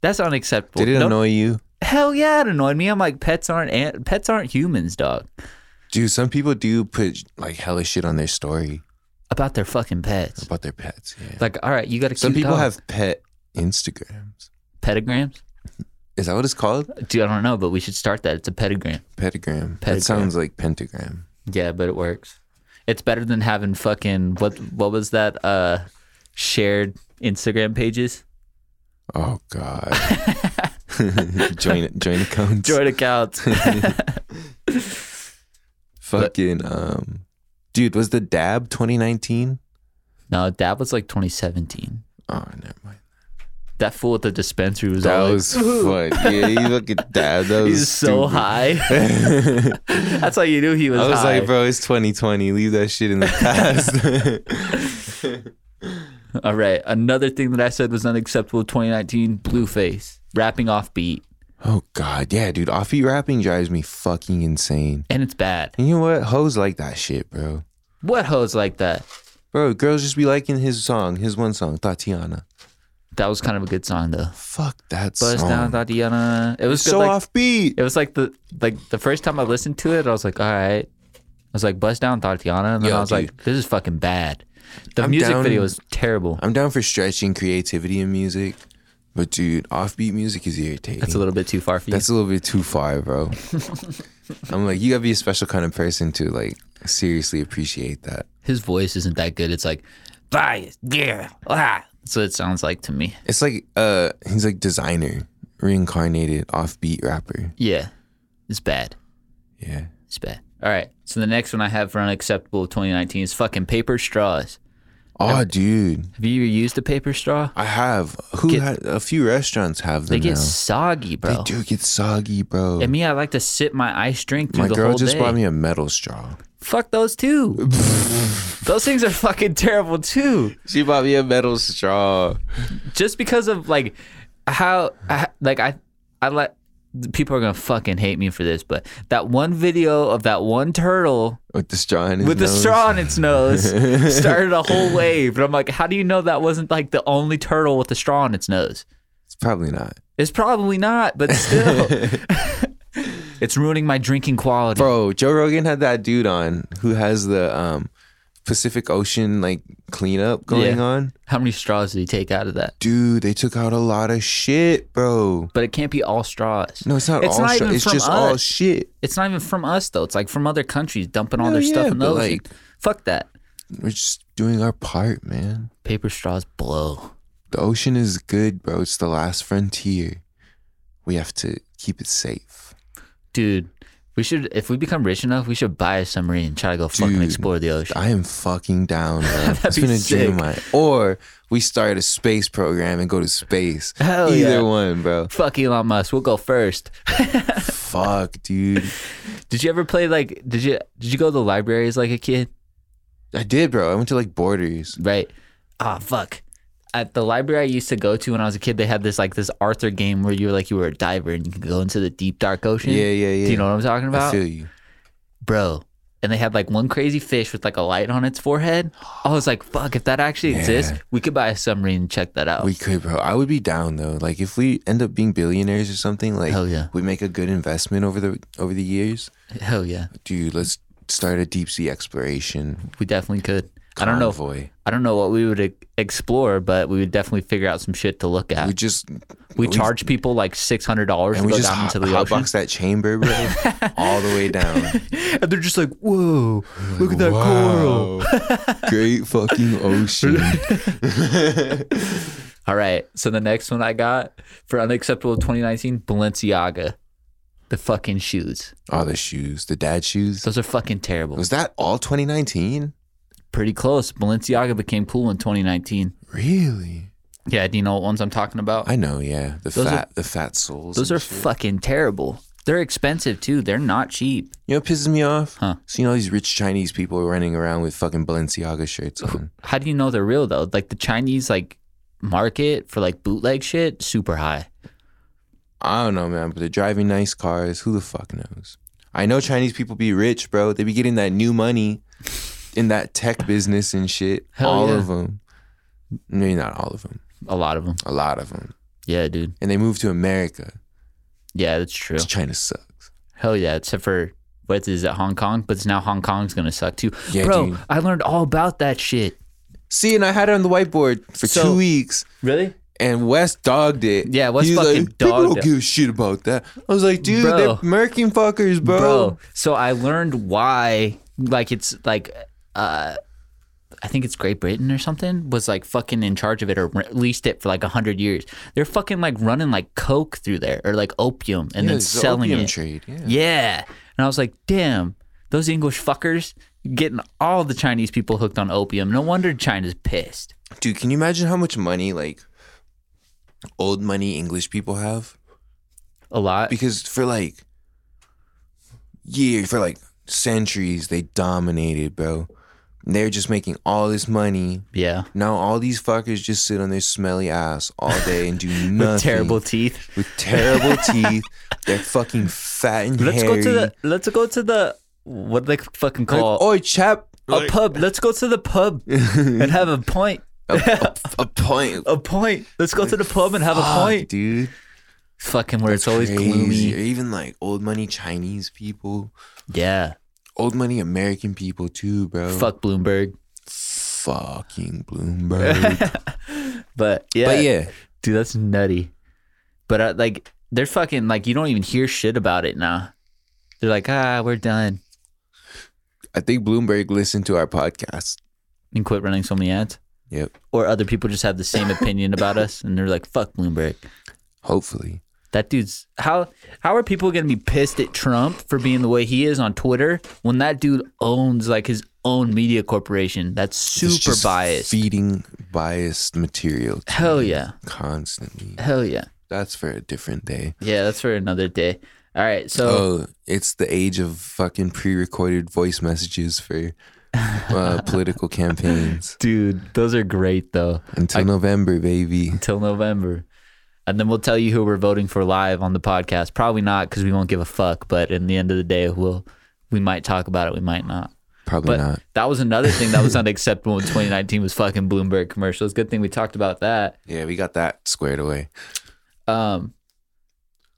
Speaker 1: That's unacceptable.
Speaker 2: Did it
Speaker 1: Don't-
Speaker 2: annoy you?
Speaker 1: Hell yeah, it annoyed me. I'm like, pets aren't an- pets aren't humans, dog.
Speaker 2: Dude, some people do put like hella shit on their story
Speaker 1: About their fucking pets.
Speaker 2: about their pets. Yeah.
Speaker 1: Like, all right, you got to.
Speaker 2: some people have pet Instagrams.
Speaker 1: pedigrams.
Speaker 2: Is that what it's called?
Speaker 1: Dude, I don't know, but we should start that. It's a pedigram. Pedigram.
Speaker 2: Pedigram. That sounds like pentagram.
Speaker 1: Yeah, but it works. It's better than having fucking what what was that uh shared Instagram pages?
Speaker 2: Oh God. join join accounts.
Speaker 1: Joint accounts.
Speaker 2: Fucking um, dude, was the dab 2019?
Speaker 1: no, that was like 2017.
Speaker 2: Oh, never mind.
Speaker 1: That fool at the dispensary was
Speaker 2: That
Speaker 1: all
Speaker 2: was
Speaker 1: like,
Speaker 2: fun. Yeah, he fucking dab. That was
Speaker 1: he's so
Speaker 2: stupid.
Speaker 1: high.
Speaker 2: I
Speaker 1: That's how you knew he was.
Speaker 2: was
Speaker 1: high.
Speaker 2: like, bro, it's 2020. Leave that shit in the past.
Speaker 1: All right. Another thing that I said was unacceptable 2019 Blueface rapping off beat.
Speaker 2: oh God, yeah, dude. Offbeat rapping drives me fucking insane.
Speaker 1: And it's bad.
Speaker 2: And you know what? Hoes like that shit, bro.
Speaker 1: What hoes like that?
Speaker 2: Bro, girls just be liking his song, his one song, Tatiana.
Speaker 1: That was kind of a good song though.
Speaker 2: Fuck that
Speaker 1: Buzz
Speaker 2: song.
Speaker 1: down Tatiana. It was good,
Speaker 2: so
Speaker 1: like,
Speaker 2: offbeat.
Speaker 1: It was like the like the first time I listened to it, I was like, all right. I was like, bust down Tatiana, and then
Speaker 2: Yo,
Speaker 1: I was like, this is fucking bad. The
Speaker 2: I'm
Speaker 1: music
Speaker 2: down-
Speaker 1: video is terrible.
Speaker 2: I'm down for stretching creativity in music, but dude, offbeat music is irritating.
Speaker 1: That's a little bit too far for you.
Speaker 2: That's a little bit too far, bro. I'm like, you gotta be a special kind of person to like seriously appreciate that.
Speaker 1: His voice isn't that good. It's like, bias, yeah, ah. So it sounds like to me.
Speaker 2: It's like uh he's like designer, reincarnated offbeat rapper.
Speaker 1: Yeah, it's bad.
Speaker 2: Yeah.
Speaker 1: It's bad. All right. So the next one I have for unacceptable of 2019 is fucking paper straws.
Speaker 2: Oh dude.
Speaker 1: Have you ever used a paper straw?
Speaker 2: I have who
Speaker 1: Get-
Speaker 2: had a few restaurants have
Speaker 1: They
Speaker 2: them.
Speaker 1: get
Speaker 2: now.
Speaker 1: soggy, bro.
Speaker 2: They do get soggy, bro.
Speaker 1: And me, I like to sip my iced drink through
Speaker 2: My
Speaker 1: the
Speaker 2: girl
Speaker 1: whole
Speaker 2: just
Speaker 1: day.
Speaker 2: bought me a metal straw.
Speaker 1: Fuck those too. those things are fucking terrible too.
Speaker 2: She bought me a metal straw.
Speaker 1: Just because of like how I, like I I let people are gonna fucking hate me for this, but that one video of that one turtle
Speaker 2: With the straw in his
Speaker 1: with the
Speaker 2: nose.
Speaker 1: straw in its nose started a whole wave. And I'm like, how do you know that wasn't like the only turtle with the straw in its nose?
Speaker 2: It's probably not.
Speaker 1: It's probably not, but still. it's ruining my drinking quality.
Speaker 2: Bro, Joe Rogan had that dude on who has the um, Pacific Ocean like cleanup going
Speaker 1: Yeah.
Speaker 2: on.
Speaker 1: How many straws did he take out of that?
Speaker 2: Dude, they took out a lot of shit, bro.
Speaker 1: But it can't be all straws.
Speaker 2: No, it's not
Speaker 1: It's
Speaker 2: all
Speaker 1: not
Speaker 2: straw.
Speaker 1: even
Speaker 2: It's
Speaker 1: from
Speaker 2: just all
Speaker 1: us.
Speaker 2: shit.
Speaker 1: It's not even from us though. It's like from other countries dumping all
Speaker 2: No,
Speaker 1: their stuff
Speaker 2: yeah,
Speaker 1: in the
Speaker 2: but,
Speaker 1: ocean.
Speaker 2: like-
Speaker 1: Fuck that.
Speaker 2: We're just doing our part, man.
Speaker 1: Paper straws blow.
Speaker 2: The ocean is good, bro. It's the last frontier. We have to keep it safe.
Speaker 1: Dude, we should if we become rich enough, we should buy a submarine and try to go fucking
Speaker 2: Dude,
Speaker 1: explore the ocean.
Speaker 2: I am fucking down, bro. It's
Speaker 1: be
Speaker 2: been a dream
Speaker 1: sick.
Speaker 2: of mine. Or we start a space program and go to space.
Speaker 1: Hell
Speaker 2: Either
Speaker 1: yeah.
Speaker 2: one, bro.
Speaker 1: Fuck Elon Musk. We'll go first.
Speaker 2: Fuck, dude.
Speaker 1: did you ever play like did you did you go to the library as like a kid?
Speaker 2: I did, bro. I went to like Borders.
Speaker 1: Right. Ah, fuck. At the library I used to go to when I was a kid, they had this like this Arthur game where you were like you were a diver and you could go into the deep dark ocean.
Speaker 2: Yeah, yeah, yeah.
Speaker 1: Do you know what I'm talking
Speaker 2: I
Speaker 1: about?
Speaker 2: feel you.
Speaker 1: bro. And they had like one crazy fish with like a light on its forehead. I was like, fuck, if that actually exists, we could buy a submarine and check that out.
Speaker 2: We could, bro. I would be down though. Like if we end up being billionaires or something, like
Speaker 1: Hell yeah.
Speaker 2: we make a good investment over the over the years.
Speaker 1: Hell yeah.
Speaker 2: Dude, let's start a deep sea exploration.
Speaker 1: We definitely could. I don't know. If,
Speaker 2: convoy.
Speaker 1: I don't know what we would e- explore, but we would definitely figure out some shit to look at.
Speaker 2: We
Speaker 1: We,
Speaker 2: just
Speaker 1: charge people like six hundred dollars to
Speaker 2: and we
Speaker 1: go
Speaker 2: just
Speaker 1: down
Speaker 2: hot,
Speaker 1: into the ocean,
Speaker 2: box that chamber, bro, all the way down.
Speaker 1: and they're just like, "Whoa, look at that coral!"
Speaker 2: Wow. Great fucking ocean.
Speaker 1: All right. So the next one I got for unacceptable 2019, Balenciaga. The fucking shoes.
Speaker 2: Oh, the shoes, the dad shoes.
Speaker 1: Those are fucking terrible.
Speaker 2: Was that all 2019?
Speaker 1: Pretty close. Balenciaga became cool in 2019.
Speaker 2: Really?
Speaker 1: Yeah, do you know what ones I'm talking about?
Speaker 2: I know. Yeah, the
Speaker 1: Those are-
Speaker 2: fat, the fat soles.
Speaker 1: Those
Speaker 2: and
Speaker 1: are
Speaker 2: shit.
Speaker 1: fucking terrible. They're expensive too. They're not cheap.
Speaker 2: You know, what pisses me off.
Speaker 1: Huh.
Speaker 2: Seeing all these rich Chinese people running around with fucking Balenciaga shirts on.
Speaker 1: How do you know they're real though? Like the Chinese like market for like bootleg shit, super high.
Speaker 2: I don't know, man, but they're driving nice cars. Who the fuck knows? I know Chinese people be rich, bro. They be getting that new money in that tech business and shit.
Speaker 1: Hell
Speaker 2: all
Speaker 1: yeah.
Speaker 2: of them. Maybe not all of them.
Speaker 1: A lot of them.
Speaker 2: A lot of them.
Speaker 1: Yeah, dude.
Speaker 2: And they move to America.
Speaker 1: Yeah, that's true.
Speaker 2: 'cause China sucks.
Speaker 1: Hell yeah, except for what is it, Hong Kong? But it's now Hong Kong's gonna suck too.
Speaker 2: Yeah,
Speaker 1: Bro,
Speaker 2: dude.
Speaker 1: I learned all about that shit.
Speaker 2: See, and I had it on the whiteboard for
Speaker 1: So-
Speaker 2: two weeks,
Speaker 1: Really?
Speaker 2: and West dogged it.
Speaker 1: Yeah, Wes
Speaker 2: He's
Speaker 1: fucking
Speaker 2: like, People
Speaker 1: dogged
Speaker 2: don't
Speaker 1: it."
Speaker 2: give a shit about that. I was like, dude,
Speaker 1: Bro.
Speaker 2: they're American fuckers, bro.
Speaker 1: Bro, so I learned why like it's like uh I think it's Great Britain or something was like fucking in charge of it or re- leased it for like 100 years. They're fucking like running like coke through there or like opium and
Speaker 2: Yeah,
Speaker 1: then
Speaker 2: it's the
Speaker 1: selling
Speaker 2: opium
Speaker 1: it.
Speaker 2: trade. Yeah.
Speaker 1: Yeah. And I was like, damn, those English fuckers getting all the Chinese people hooked on opium. No wonder China's pissed.
Speaker 2: Dude, can you imagine how much money like old money English people have?
Speaker 1: A lot.
Speaker 2: Because for like years, for like centuries, they dominated, bro. They're just making all this money.
Speaker 1: yeah.
Speaker 2: Now all these fuckers just sit on their smelly ass all day and do nothing.
Speaker 1: With terrible teeth.
Speaker 2: with terrible teeth. They're fucking fat and
Speaker 1: Let's
Speaker 2: hairy. Oh,
Speaker 1: go to the Oh. let's go to the what do they fucking
Speaker 2: like,
Speaker 1: call
Speaker 2: Oi, chap.
Speaker 1: a pub. Let's go to the pub and have a point.
Speaker 2: a point.
Speaker 1: A point. Let's go to the pub and have a
Speaker 2: Fuck,
Speaker 1: point.
Speaker 2: dude.
Speaker 1: Fucking where it's always
Speaker 2: Crazy. Or
Speaker 1: gloomy.
Speaker 2: even like old money Chinese people.
Speaker 1: Yeah.
Speaker 2: old money American people too, bro.
Speaker 1: Fuck Bloomberg.
Speaker 2: fucking Bloomberg.
Speaker 1: But yeah.
Speaker 2: but yeah,
Speaker 1: Dude, that's nutty. But uh, like, they're fucking like you don't even hear shit about it now. They're like, ah, we're done,
Speaker 2: I think Bloomberg listened to our podcast.
Speaker 1: and quit running so many ads.
Speaker 2: Yep,
Speaker 1: Or other people just have the same opinion about us, and they're like, fuck Bloomberg.
Speaker 2: hopefully.
Speaker 1: That dude's how how are people gonna be pissed at Trump for being the way he is on Twitter when that dude owns like his own media corporation? That's
Speaker 2: It's
Speaker 1: super
Speaker 2: just
Speaker 1: biased.
Speaker 2: feeding biased material. to
Speaker 1: Hell
Speaker 2: me
Speaker 1: yeah.
Speaker 2: constantly.
Speaker 1: Hell yeah,
Speaker 2: That's for a different day.
Speaker 1: yeah. That's for another day. All right, so
Speaker 2: Oh, it's the age of fucking pre-recorded voice messages for uh, political campaigns
Speaker 1: dude, those are great though.
Speaker 2: until November, baby.
Speaker 1: till November. And then we'll tell you who we're voting for live on the podcast. Probably not because we won't give a fuck. But in the end of the day, we'll we might talk about it. We might not.
Speaker 2: Probably
Speaker 1: But
Speaker 2: not.
Speaker 1: that was another thing that was unacceptable in 2019 was fucking Bloomberg commercials. Good thing we talked about that.
Speaker 2: Yeah, we got that squared away.
Speaker 1: Um,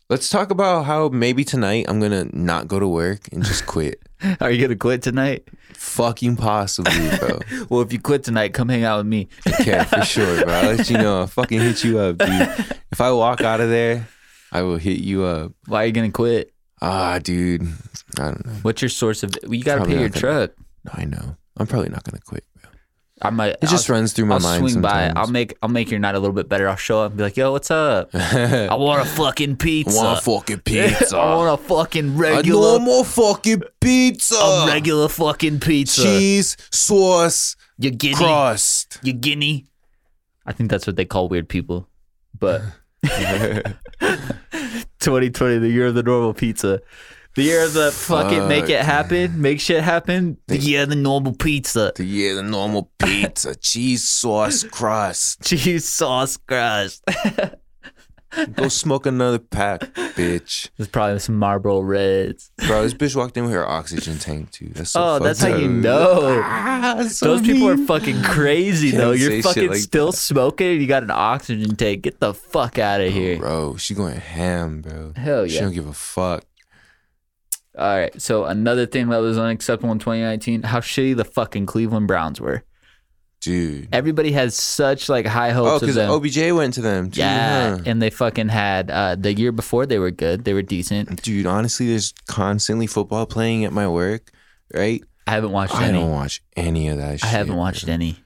Speaker 2: Let's talk about how maybe tonight I'm gonna not go to work and just quit.
Speaker 1: are you gonna quit tonight?
Speaker 2: Fucking possibly, bro.
Speaker 1: Well, if you quit tonight, come hang out with me.
Speaker 2: Okay, for sure, bro. I'll let you know. I'll fucking hit you up, dude. If I walk out of there, I will hit you up.
Speaker 1: Why are you gonna quit?
Speaker 2: Ah, dude. I don't know.
Speaker 1: What's your source of? You gotta
Speaker 2: Probably
Speaker 1: pay your
Speaker 2: not gonna-
Speaker 1: truck.
Speaker 2: No, I know. I'm probably not gonna quit, bro.
Speaker 1: I might.
Speaker 2: It just
Speaker 1: I'll,
Speaker 2: runs through my
Speaker 1: I'll
Speaker 2: mind
Speaker 1: swing
Speaker 2: sometimes.
Speaker 1: by. I'll make. I'll make your night a little bit better. I'll show up and be like, "Yo, what's up? I want a fucking pizza.
Speaker 2: One fucking
Speaker 1: I
Speaker 2: pizza.
Speaker 1: want a fucking
Speaker 2: A
Speaker 1: regular,
Speaker 2: normal fucking pizza.
Speaker 1: a regular fucking pizza.
Speaker 2: Cheese, sauce,
Speaker 1: You guinea,
Speaker 2: crust.
Speaker 1: you guinea. I think that's what they call weird people. But 2020, the year of the normal pizza, the year of the fuck it, make it
Speaker 2: Fuck,
Speaker 1: happen, make shit happen. The year of the normal pizza,
Speaker 2: Yeah, the normal pizza, cheese, sauce, crust.
Speaker 1: cheese sauce crust.
Speaker 2: Go smoke another pack, bitch.
Speaker 1: There's probably some Marlboro Reds.
Speaker 2: Bro, this bitch walked in with her oxygen tank too. That's so
Speaker 1: Oh,
Speaker 2: fucked
Speaker 1: that's how
Speaker 2: up.
Speaker 1: you know.
Speaker 2: Ah, so
Speaker 1: Those people are
Speaker 2: mean.
Speaker 1: fucking crazy
Speaker 2: Can't
Speaker 1: though.
Speaker 2: say
Speaker 1: You're
Speaker 2: shit
Speaker 1: fucking
Speaker 2: like
Speaker 1: still smoking. and You got an oxygen tank. Get the fuck out of here.
Speaker 2: Oh, Bro, she going ham, bro.
Speaker 1: Hell
Speaker 2: She
Speaker 1: yeah.
Speaker 2: don't give a fuck.
Speaker 1: All right. So another thing that was unacceptable in 2019, how shitty the fucking Cleveland Browns were.
Speaker 2: Dude.
Speaker 1: Everybody has such like high
Speaker 2: Oh,
Speaker 1: hopes of
Speaker 2: because
Speaker 1: them.
Speaker 2: OBJ went to them too.
Speaker 1: yeah,
Speaker 2: huh?
Speaker 1: and they fucking had uh, the year before they were good. They were decent.
Speaker 2: Dude, honestly, there's constantly football playing at my work, right?
Speaker 1: I haven't watched
Speaker 2: I
Speaker 1: any.
Speaker 2: don't watch any of that shit.
Speaker 1: I haven't watched
Speaker 2: bro.
Speaker 1: any.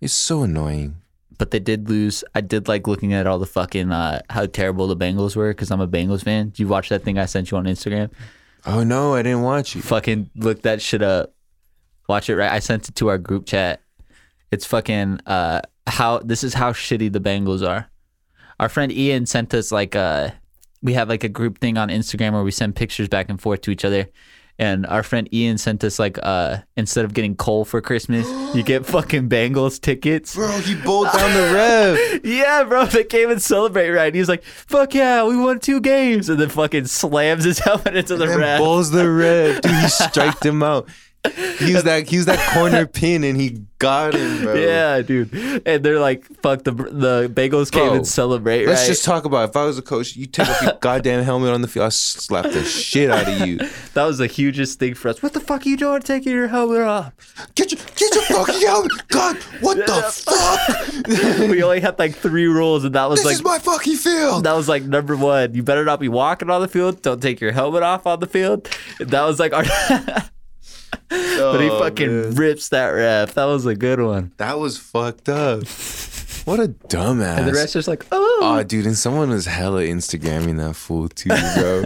Speaker 2: It's so annoying.
Speaker 1: but they did lose. I did like looking at all the fucking uh, how terrible the Bengals were because I'm a Bengals fan. Did you watch that thing I sent you on Instagram?
Speaker 2: Oh no, I didn't watch it.
Speaker 1: Fucking look that shit up. Watch it right. I sent it to our group chat. It's fucking uh how this is how shitty the Bengals are. Our friend Ian sent us like uh we have like a group thing on Instagram where we send pictures back and forth to each other. And our friend Ian sent us like uh instead of getting coal for Christmas, you get fucking Bengals tickets.
Speaker 2: Bro, he bowled down the rev.
Speaker 1: Yeah, bro, they came and celebrate right. He's like, "Fuck yeah, we won two games," and then fucking slams his helmet into the
Speaker 2: And
Speaker 1: ref.
Speaker 2: bowls the rev. Dude, he striked him out. He used that he used that corner pin and he got him, bro.
Speaker 1: Yeah, dude. And they're like, "Fuck the the Bengals came
Speaker 2: Bro,
Speaker 1: and celebrate."
Speaker 2: Let's
Speaker 1: right?
Speaker 2: just talk about it. If I was a coach, you take off your goddamn helmet on the field, I slap the shit out of you.
Speaker 1: that was the hugest thing for us. What the fuck are you doing taking your helmet off?
Speaker 2: Get your get your fucking helmet! God, what the fuck?
Speaker 1: we only had like three rules, and that was
Speaker 2: This
Speaker 1: like
Speaker 2: is my fucking field.
Speaker 1: that was like number one. You better not be walking on the field. Don't take your helmet off on the field. That was like our. but he
Speaker 2: Oh,
Speaker 1: fucking
Speaker 2: man.
Speaker 1: rips that ref. That was a good one.
Speaker 2: That was fucked up. What a dumbass.
Speaker 1: And the ref's just like, oh,
Speaker 2: Oh, dude, and someone was hella Instagramming that fool too, bro.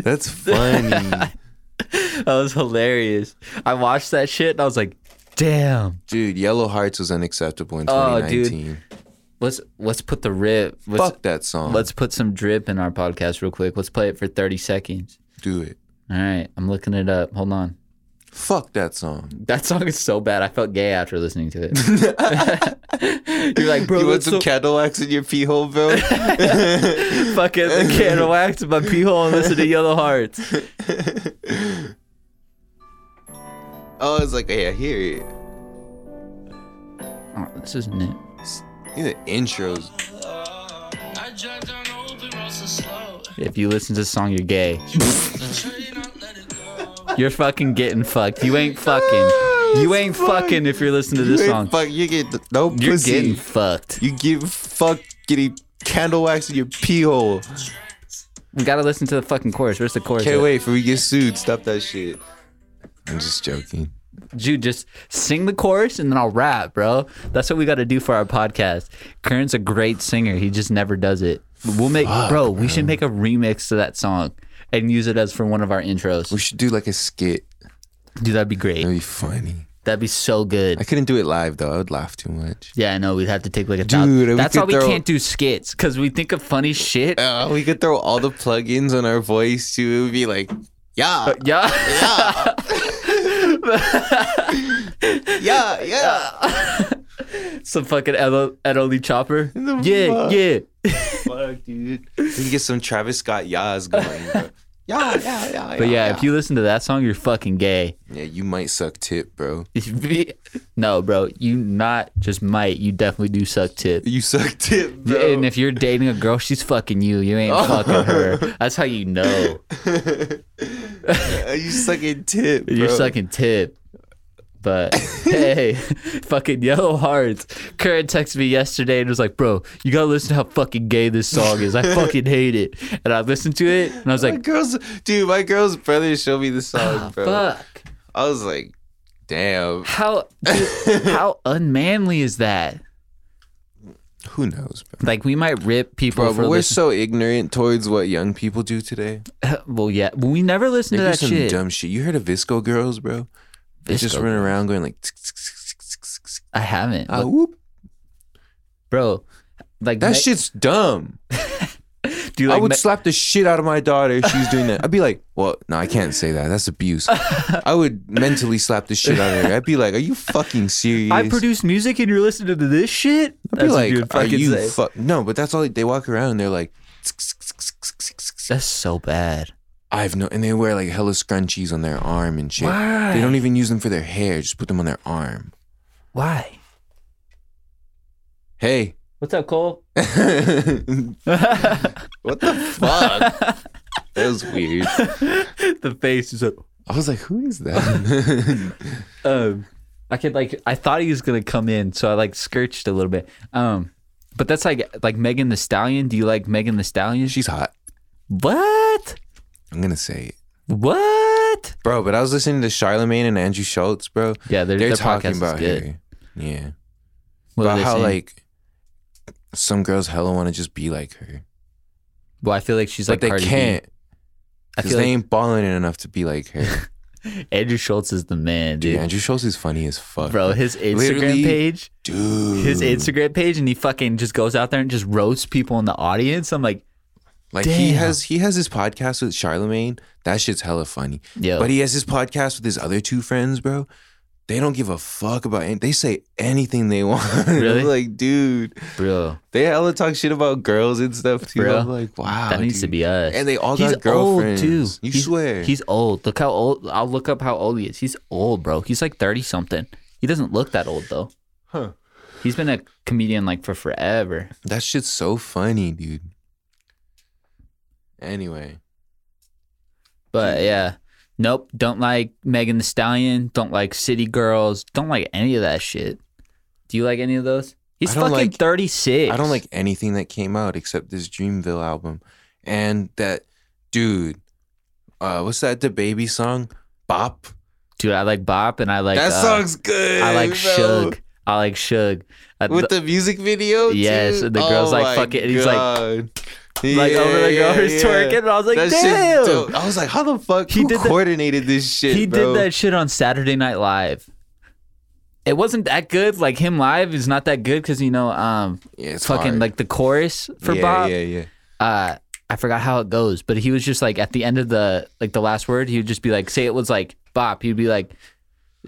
Speaker 2: That's funny,
Speaker 1: that was hilarious. I watched that shit and I was like, damn.
Speaker 2: dude. Yellow Hearts was unacceptable in
Speaker 1: Oh,
Speaker 2: 2019.
Speaker 1: Let's let's put the rip. Let's,
Speaker 2: Fuck that song.
Speaker 1: Let's put some drip in our podcast real quick. Let's play it for 30 seconds.
Speaker 2: do it.
Speaker 1: All right, I'm looking it up. Hold on.
Speaker 2: Fuck that song.
Speaker 1: That song is so bad. I felt gay after listening to it. You're like, bro,
Speaker 2: you want
Speaker 1: that's
Speaker 2: some
Speaker 1: so
Speaker 2: Cadillacs in your pee hole, bro?
Speaker 1: fucking the can of wax in my pee hole and listen to Yellow Hearts.
Speaker 2: oh, it's like, hey, I hear it.
Speaker 1: Oh, this isn't it.
Speaker 2: These are intros.
Speaker 3: I drive down the open road so slow.
Speaker 1: If you listen to this song, you're gay.
Speaker 3: Sure you don't let it go.
Speaker 1: You're fucking getting fucked. You ain't fucking. You ain't fucking if you're listening to this
Speaker 2: Hey,
Speaker 1: song.
Speaker 2: Fuck, you get th- no
Speaker 1: You're
Speaker 2: pussy.
Speaker 1: getting fucked.
Speaker 2: you give fuck getting candle wax in your pee hole.
Speaker 1: We gotta listen to the fucking chorus. Where's the chorus?
Speaker 2: Can't
Speaker 1: at?
Speaker 2: wait for we get sued. Stop that shit. I'm just joking.
Speaker 1: Dude, just sing the chorus and then I'll rap, bro. That's what we got to do for our podcast. Kern's a great singer. He just never does it. We'll make, bro, we should make a remix to that song and use it as for one of our
Speaker 2: We
Speaker 1: intros.
Speaker 2: should do like a skit.
Speaker 1: Dude, that'd be
Speaker 2: That'd
Speaker 1: great.
Speaker 2: be funny.
Speaker 1: That'd be so
Speaker 2: I
Speaker 1: good.
Speaker 2: couldn't do it live though. I would laugh too much.
Speaker 1: Yeah, I know. We'd have to take like a thousand.
Speaker 2: Dude, we
Speaker 1: That's why
Speaker 2: could
Speaker 1: we
Speaker 2: throw-
Speaker 1: can't do skits because we think of funny shit.
Speaker 2: Uh, we could throw all the plugins on our voice too. It would be like, yeah,
Speaker 1: Yeah.
Speaker 2: yeah, yeah, yeah.
Speaker 1: Some fucking Ed Ed Only Chopper.
Speaker 2: The
Speaker 1: Yeah,
Speaker 2: fuck?
Speaker 1: yeah.
Speaker 2: Fuck, dude. We could get some Travis Scott yas going. Bro. Yeah, yeah, yeah.
Speaker 1: But yeah, if you listen to that song, you're fucking gay.
Speaker 2: yeah, you might suck tip, bro.
Speaker 1: no, bro, you not just might. You definitely do suck tip.
Speaker 2: You suck tip,
Speaker 1: Yeah,
Speaker 2: bro.
Speaker 1: And if you're dating a girl, she's fucking you. You ain't fucking her. That's how you know.
Speaker 2: you sucking tip, bro.
Speaker 1: You're sucking tip. But hey, fucking yellow hearts. Karen texted me yesterday and was like, "Bro, you gotta listen to how fucking gay this song is. I fucking hate it." And I listened to it and I was
Speaker 2: My
Speaker 1: like,
Speaker 2: girl's dude, my girl's brother showed me
Speaker 1: "Ah,
Speaker 2: the song, bro.
Speaker 1: "Fuck,
Speaker 2: I was like, damn.
Speaker 1: how dude, how unmanly is that?"
Speaker 2: Who knows, bro?
Speaker 1: Like we might rip people
Speaker 2: Bro,
Speaker 1: for
Speaker 2: but we're
Speaker 1: listening.
Speaker 2: so ignorant towards what young people do today.
Speaker 1: well, yeah, we never listen to
Speaker 2: They do
Speaker 1: that
Speaker 2: some
Speaker 1: shit.
Speaker 2: dumb shit. You heard of Visco girls, bro? They just
Speaker 1: Visco
Speaker 2: run around going like, tsk, tsk, tsk, tsk, tsk, tsk,
Speaker 1: I haven't,
Speaker 2: ah,
Speaker 1: But,
Speaker 2: whoop.
Speaker 1: bro. Like
Speaker 2: That
Speaker 1: me-
Speaker 2: shit's dumb.
Speaker 1: dude,
Speaker 2: I
Speaker 1: like
Speaker 2: would
Speaker 1: me-
Speaker 2: slap the shit out of my daughter if she's doing that. I'd be like, well, no, I can't say that. That's abuse. I would mentally slap the shit out of her. I'd be like, are you fucking serious?
Speaker 1: I produce music and you're listening to this shit.
Speaker 2: I'd be like, are you
Speaker 1: say.
Speaker 2: fuck? No, but that's all they- they walk around. They're like, tsk, tsk, tsk, tsk, tsk, tsk, tsk.
Speaker 1: That's so bad.
Speaker 2: I've no, and they wear like hella scrunchies on their arm and shit.
Speaker 1: Why?
Speaker 2: They don't even use them for their hair; just put them on their arm.
Speaker 1: Why?
Speaker 2: Hey,
Speaker 1: What's up, Cole?
Speaker 2: what the fuck? That was weird.
Speaker 1: the face is like,
Speaker 2: I was like, who is that?
Speaker 1: um, I could like, I thought he was gonna come in, so I like skirched a little bit. Um, but that's like, like Megan the Stallion. Do you like Megan the Stallion?
Speaker 2: She's hot.
Speaker 1: what?
Speaker 2: I'm gonna say it,
Speaker 1: What?
Speaker 2: bro. But I was listening to Charlemagne and Andrew Schultz, bro.
Speaker 1: Yeah, their,
Speaker 2: They're
Speaker 1: their
Speaker 2: talking
Speaker 1: podcast
Speaker 2: about
Speaker 1: is good.
Speaker 2: her. Yeah,
Speaker 1: What are
Speaker 2: about
Speaker 1: they
Speaker 2: how
Speaker 1: saying?
Speaker 2: like Some girls hella want to just be like her,
Speaker 1: Well, I feel like she's
Speaker 2: but
Speaker 1: like
Speaker 2: they
Speaker 1: Cardi B.
Speaker 2: can't.
Speaker 1: I
Speaker 2: 'cause
Speaker 1: feel
Speaker 2: they
Speaker 1: like
Speaker 2: ain't balling it enough to be like her.
Speaker 1: Andrew Schultz is the man,
Speaker 2: Dude,
Speaker 1: dude.
Speaker 2: Andrew Schultz is funny as fuck,
Speaker 1: Bro, his Instagram
Speaker 2: Literally-
Speaker 1: page,
Speaker 2: Dude,
Speaker 1: his Instagram page, and he fucking just goes out there and just roasts people in the audience. I'm like,
Speaker 2: Like he
Speaker 1: Damn.
Speaker 2: has he has his podcast with Charlemagne. That shit's hella funny.
Speaker 1: yo,
Speaker 2: But he has his podcast with his other two friends, bro. They don't give a fuck about any They say anything they want. I'm
Speaker 1: Really?
Speaker 2: like, dude,
Speaker 1: bro,
Speaker 2: they hella talk shit about girls and stuff too.
Speaker 1: Bro,
Speaker 2: I'm like, wow,
Speaker 1: that needs to
Speaker 2: Ah, dude.
Speaker 1: be us.
Speaker 2: And they all got girlfriends. You
Speaker 1: he's,
Speaker 2: swear.
Speaker 1: He's old. Look how old. I'll look up how old he is. He's old, bro. He's like 30 something. He doesn't look that old, though.
Speaker 2: Huh.
Speaker 1: He's been a comedian like for forever.
Speaker 2: that shit's so funny, dude. Anyway,
Speaker 1: But yeah. Nope. Don't like Megan the Stallion. Don't like City Girls. Don't like any of that shit. Do you like any of those? He's
Speaker 2: I don't
Speaker 1: fucking
Speaker 2: like-
Speaker 1: 36.
Speaker 2: I don't like anything that came out except this Dreamville album, and that dude, uh, what's that? The baby song, Bop.
Speaker 1: Dude, I like Bop and I like.
Speaker 2: that
Speaker 1: uh,
Speaker 2: song's good.
Speaker 1: I like
Speaker 2: bro.
Speaker 1: Suge. I like Suge. Uh, I-
Speaker 2: with the music video.
Speaker 1: Yes,
Speaker 2: too?
Speaker 1: and the girl's like,
Speaker 2: my
Speaker 1: fuck it, and he's like-
Speaker 2: God.
Speaker 1: like over the girl who's twerking. And I was like,
Speaker 2: That shit's
Speaker 1: damn.
Speaker 2: dope. I was like, how the fuck
Speaker 1: He
Speaker 2: he
Speaker 1: did that-
Speaker 2: coordinated this shit?
Speaker 1: he
Speaker 2: bro?
Speaker 1: did that shit on Saturday Night Live. It wasn't that good. Like him live is not that good because you know, um,
Speaker 2: Yeah, it's
Speaker 1: fucking
Speaker 2: hard.
Speaker 1: like the chorus for
Speaker 2: yeah,
Speaker 1: Bob.
Speaker 2: Yeah, yeah.
Speaker 1: Uh, I forgot how it goes, but he was just like at the end of the like the last word, he would just be like, say it was like Bop. He'd be like,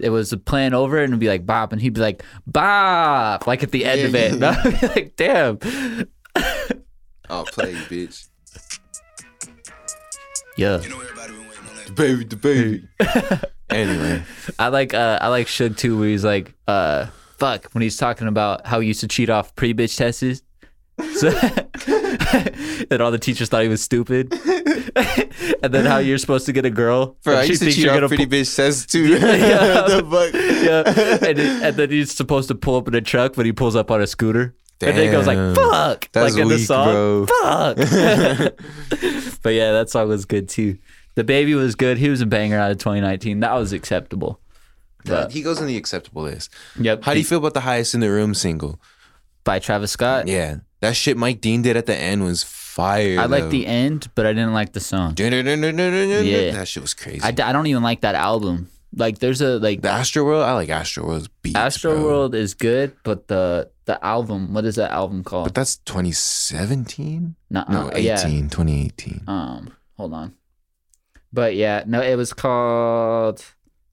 Speaker 1: it was a plan over, and it'd be like Bop, and he'd be like Bop, like at the end
Speaker 2: Yeah,
Speaker 1: of it.
Speaker 2: yeah,
Speaker 1: And I'd be like, damn,
Speaker 2: I'll play, bitch.
Speaker 1: yeah.
Speaker 3: know everybody been waiting on that.
Speaker 2: Baby, the baby. anyway,
Speaker 1: I like uh, I like Suge too, where he's like, uh, fuck, when he's talking about how he used to cheat off pre bitch tests. So, and all the teachers thought he was stupid. and then how you're supposed to get a girl.
Speaker 2: bro,
Speaker 1: and
Speaker 2: I
Speaker 1: she
Speaker 2: used to
Speaker 1: thinks
Speaker 2: cheat
Speaker 1: you're
Speaker 2: off
Speaker 1: gonna
Speaker 2: pretty
Speaker 1: pu-
Speaker 2: bitch says too.
Speaker 1: yeah.
Speaker 2: the fuck?
Speaker 1: yeah, and, it- and then he's supposed to pull up in a truck, but he pulls up on a scooter. And then he goes like,
Speaker 2: Damn.
Speaker 1: "Fuck!"
Speaker 2: That's
Speaker 1: like in the
Speaker 2: weak,
Speaker 1: song,
Speaker 2: bro.
Speaker 1: "Fuck." but yeah, that song was good too. The baby was good. He was a banger out of 2019. That was acceptable.
Speaker 2: Nah, He goes on the acceptable list.
Speaker 1: Yep.
Speaker 2: How do you feel about the highest in the room single?
Speaker 1: by Travis Scott?
Speaker 2: Yeah, that shit Mike Dean did at the end was fire.
Speaker 1: I
Speaker 2: though.
Speaker 1: like the end, but I didn't like the song.
Speaker 2: Yeah.
Speaker 1: Yeah.
Speaker 2: That shit was crazy.
Speaker 1: I,
Speaker 2: I,
Speaker 1: d- I don't even like that album. Like, there's a like
Speaker 2: the Astroworld, I like Astroworld's beats. bro.
Speaker 1: Astroworld is good, but the the album, what is that album
Speaker 2: But
Speaker 1: called?
Speaker 2: that's 2017?
Speaker 1: Nuh-uh.
Speaker 2: No, 18,
Speaker 1: Yeah.
Speaker 2: 2018.
Speaker 1: Um, hold on. But yeah, no, it was called.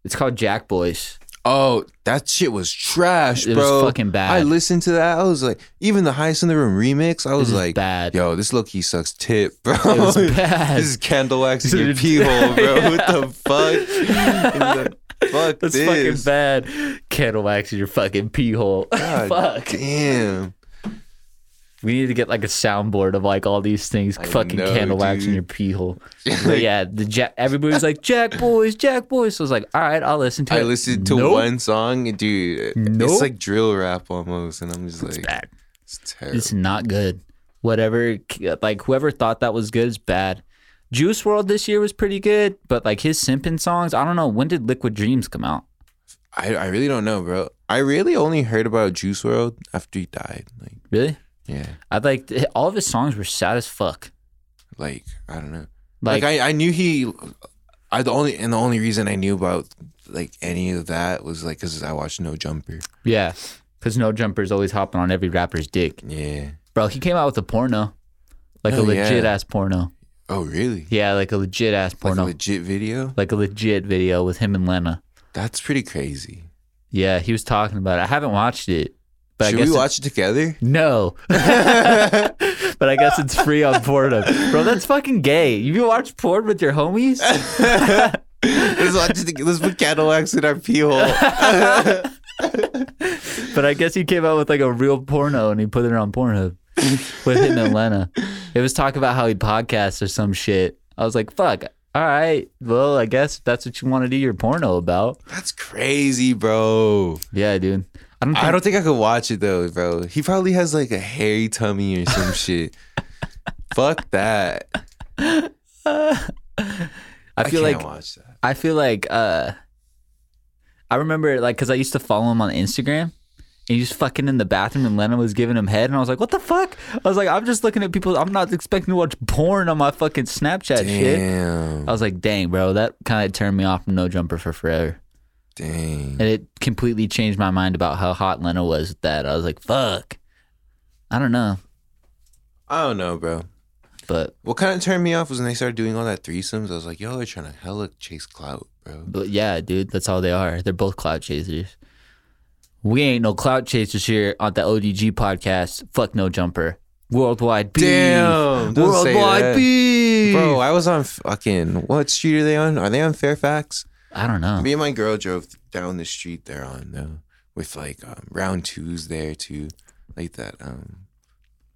Speaker 1: It's called Jack Boys.
Speaker 2: Oh, that shit was trash,
Speaker 1: It was
Speaker 2: bro.
Speaker 1: fucking bad.
Speaker 2: I listened to that. I was like, even the highest in the room remix, I
Speaker 1: It
Speaker 2: was
Speaker 1: was
Speaker 2: like,
Speaker 1: bad.
Speaker 2: yo, this low key sucks tip, bro.
Speaker 1: It was bad.
Speaker 2: this is candle wax in your
Speaker 1: Dude.
Speaker 2: pee hole, bro. What the fuck?
Speaker 1: Yeah.
Speaker 2: And the- fuck
Speaker 1: That's fucking
Speaker 2: this.
Speaker 1: bad. Candle wax in your fucking pee hole.
Speaker 2: God
Speaker 1: Fuck.
Speaker 2: Damn.
Speaker 1: We need to get like a soundboard of like all these things.
Speaker 2: I
Speaker 1: fucking
Speaker 2: know,
Speaker 1: candle wax in
Speaker 2: dude.
Speaker 1: your pee hole. But yeah, the Jack. Everybody was like Jack boys, Jack boys. So I was like, all right, I'll listen to it.
Speaker 2: I listened to
Speaker 1: Nope.
Speaker 2: one song, dude. It's
Speaker 1: Nope.
Speaker 2: like drill rap almost, and I'm just like,
Speaker 1: Bad.
Speaker 2: it's terrible.
Speaker 1: It's not good. Whatever, like whoever thought that was good is bad. Juice World this year was pretty good, but like his simpin songs, I don't know. When did Liquid Dreams come out?
Speaker 2: I, I really don't know, bro. I really only heard about Juice World after he died. Like,
Speaker 1: Really?
Speaker 2: yeah,
Speaker 1: I like all of his songs were sad as fuck.
Speaker 2: like I don't know.
Speaker 1: Like,
Speaker 2: Like, I, I knew he. I the only and the only reason I knew about like any of that was like because I watched No Jumper.
Speaker 1: yeah, because No Jumper's always hopping on every rapper's dick,
Speaker 2: Yeah.
Speaker 1: bro. He came out with a porno, like a
Speaker 2: Oh, yeah.
Speaker 1: legit ass porno.
Speaker 2: Oh really?
Speaker 1: Yeah, like a legit ass
Speaker 2: Like
Speaker 1: porno,
Speaker 2: a legit video.
Speaker 1: like a legit video with him and Lena.
Speaker 2: That's pretty crazy.
Speaker 1: Yeah, he was talking about it. I haven't watched it, but I
Speaker 2: Should
Speaker 1: guess
Speaker 2: we
Speaker 1: it-
Speaker 2: watch it together?
Speaker 1: no. but I guess it's free on Pornhub, bro. That's fucking gay. You watch porn with your homies?
Speaker 2: let's watch it. toge- Let's put Cadillacs in our pee hole.
Speaker 1: But I guess he came out with like a real porno and he put it on Pornhub with him and Lena. It was talking about how he podcasts or some shit. I was like, fuck. All right. Well, I guess if that's what you want to do your porno about.
Speaker 2: That's crazy, bro.
Speaker 1: Yeah, dude. I don't. Think,
Speaker 2: I don't think I could watch it though, bro. He probably has like a hairy tummy or some shit. Fuck that.
Speaker 1: I
Speaker 2: I
Speaker 1: feel
Speaker 2: can't
Speaker 1: like
Speaker 2: watch that.
Speaker 1: I feel like uh I remember like cuz I used to follow him on Instagram And he was fucking in the bathroom, and Lena was giving him head, and I was like, "What the fuck?" I was like, "I'm just looking at people. I'm not expecting to watch porn on my fucking Snapchat shit."
Speaker 2: Damn.
Speaker 1: I was like, "Dang, bro, that kind of turned me off from No Jumper for forever."
Speaker 2: Dang.
Speaker 1: And it completely changed my mind about how hot Lena was with that. I was like, fuck. I don't know.
Speaker 2: I don't know, bro.
Speaker 1: But,
Speaker 2: What kind of turned me off was when they started doing all that threesomes. I was like, yo, they're trying to hella chase clout, bro.
Speaker 1: but yeah, dude, that's all they are. They're both clout chasers. We ain't no clout chasers here on the ODG podcast. Fuck no jumper. Worldwide beef.
Speaker 2: Damn, don't say
Speaker 1: Worldwide
Speaker 2: that.
Speaker 1: beef.
Speaker 2: Bro, I was on fucking what street are they on? Are they on Fairfax?
Speaker 1: I don't know.
Speaker 2: Me and my girl drove down the street they're on though, with like um, round twos there too, like that um,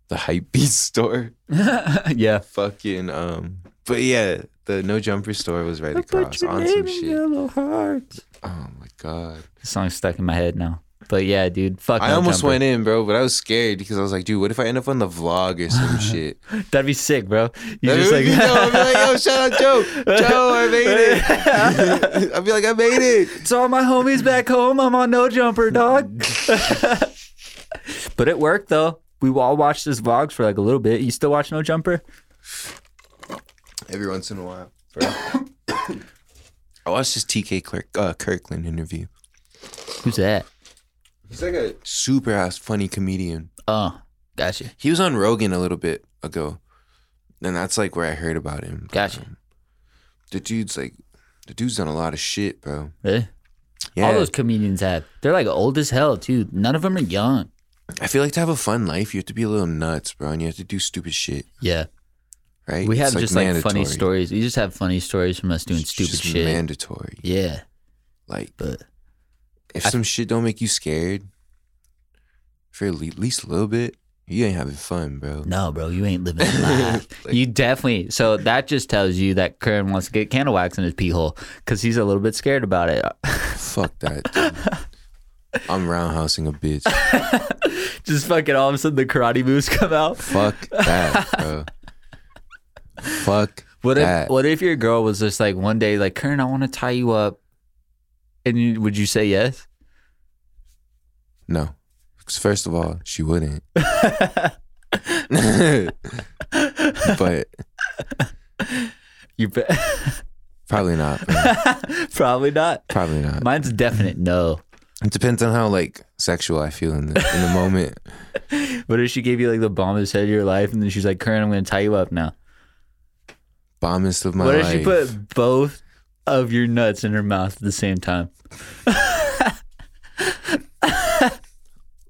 Speaker 2: the hype beat store.
Speaker 1: yeah.
Speaker 2: Fucking um, but yeah, the no jumper store was right across on some shit.
Speaker 1: yellow hearts.
Speaker 2: Oh my god,
Speaker 1: This song's stuck in my head now. But yeah, dude, fuck
Speaker 2: I
Speaker 1: no
Speaker 2: almost
Speaker 1: jumper.
Speaker 2: went in, bro, but I was scared because I was like, dude, what if I end up on the vlog or some shit?
Speaker 1: That'd be sick, bro. You
Speaker 2: That'd
Speaker 1: just
Speaker 2: be-
Speaker 1: like,
Speaker 2: yo, I'd be like, yo, shout out Joe, Joe, I made it. I'd be like, I made it.
Speaker 1: It's all my homies back home. I'm on no jumper, dog. but it worked though. We all watched this vlogs for like a little bit. You still watch No Jumper?
Speaker 2: every once in a while. I watched this TK Kirk, uh, Kirkland interview.
Speaker 1: Who's that?
Speaker 2: He's like a super ass funny comedian.
Speaker 1: Oh, gotcha.
Speaker 2: He was on Rogan a little bit ago, and that's like where I heard about him. But,
Speaker 1: Gotcha.
Speaker 2: um, the dude's like, the dude's done a lot of shit, bro.
Speaker 1: Really?
Speaker 2: Yeah,
Speaker 1: All those comedians have. They're like old as hell too. None of them are young.
Speaker 2: I feel like to have a fun life, you have to be a little nuts, bro, and you have to do stupid shit,
Speaker 1: Yeah.
Speaker 2: right?
Speaker 1: We have
Speaker 2: It's,
Speaker 1: just like funny
Speaker 2: mandatory.
Speaker 1: stories. We just have funny stories from us doing
Speaker 2: It's
Speaker 1: stupid
Speaker 2: just
Speaker 1: shit.
Speaker 2: Mandatory.
Speaker 1: Yeah.
Speaker 2: Like
Speaker 1: But
Speaker 2: if some shit don't make you scared for at le- least a little bit, you ain't having fun, bro.
Speaker 1: no, bro, you ain't living the life. you definitely. So that just tells you that Karen wants to get candle wax in his pee hole because he's a little bit scared about it.
Speaker 2: Fuck that. dude. I'm roundhousing a bitch.
Speaker 1: just fucking all of a sudden the karate moves come out.
Speaker 2: Fuck that, bro. Fuck
Speaker 1: What if
Speaker 2: that.
Speaker 1: what if your girl was just like one day like Karen, I want to tie you up, and you, would you say yes?
Speaker 2: No. 'Cause First of all, she wouldn't. but
Speaker 1: You be-
Speaker 2: probably not. Bro.
Speaker 1: probably not.
Speaker 2: Probably not.
Speaker 1: Mine's definite no.
Speaker 2: it depends on how like sexual I feel in the in the moment.
Speaker 1: What if she gave you like the bombest head of your life, and then she's like, Karen, I'm gonna tie you up now.
Speaker 2: Bombest of my
Speaker 1: what if
Speaker 2: life.
Speaker 1: she put both of your nuts in her mouth at the same time?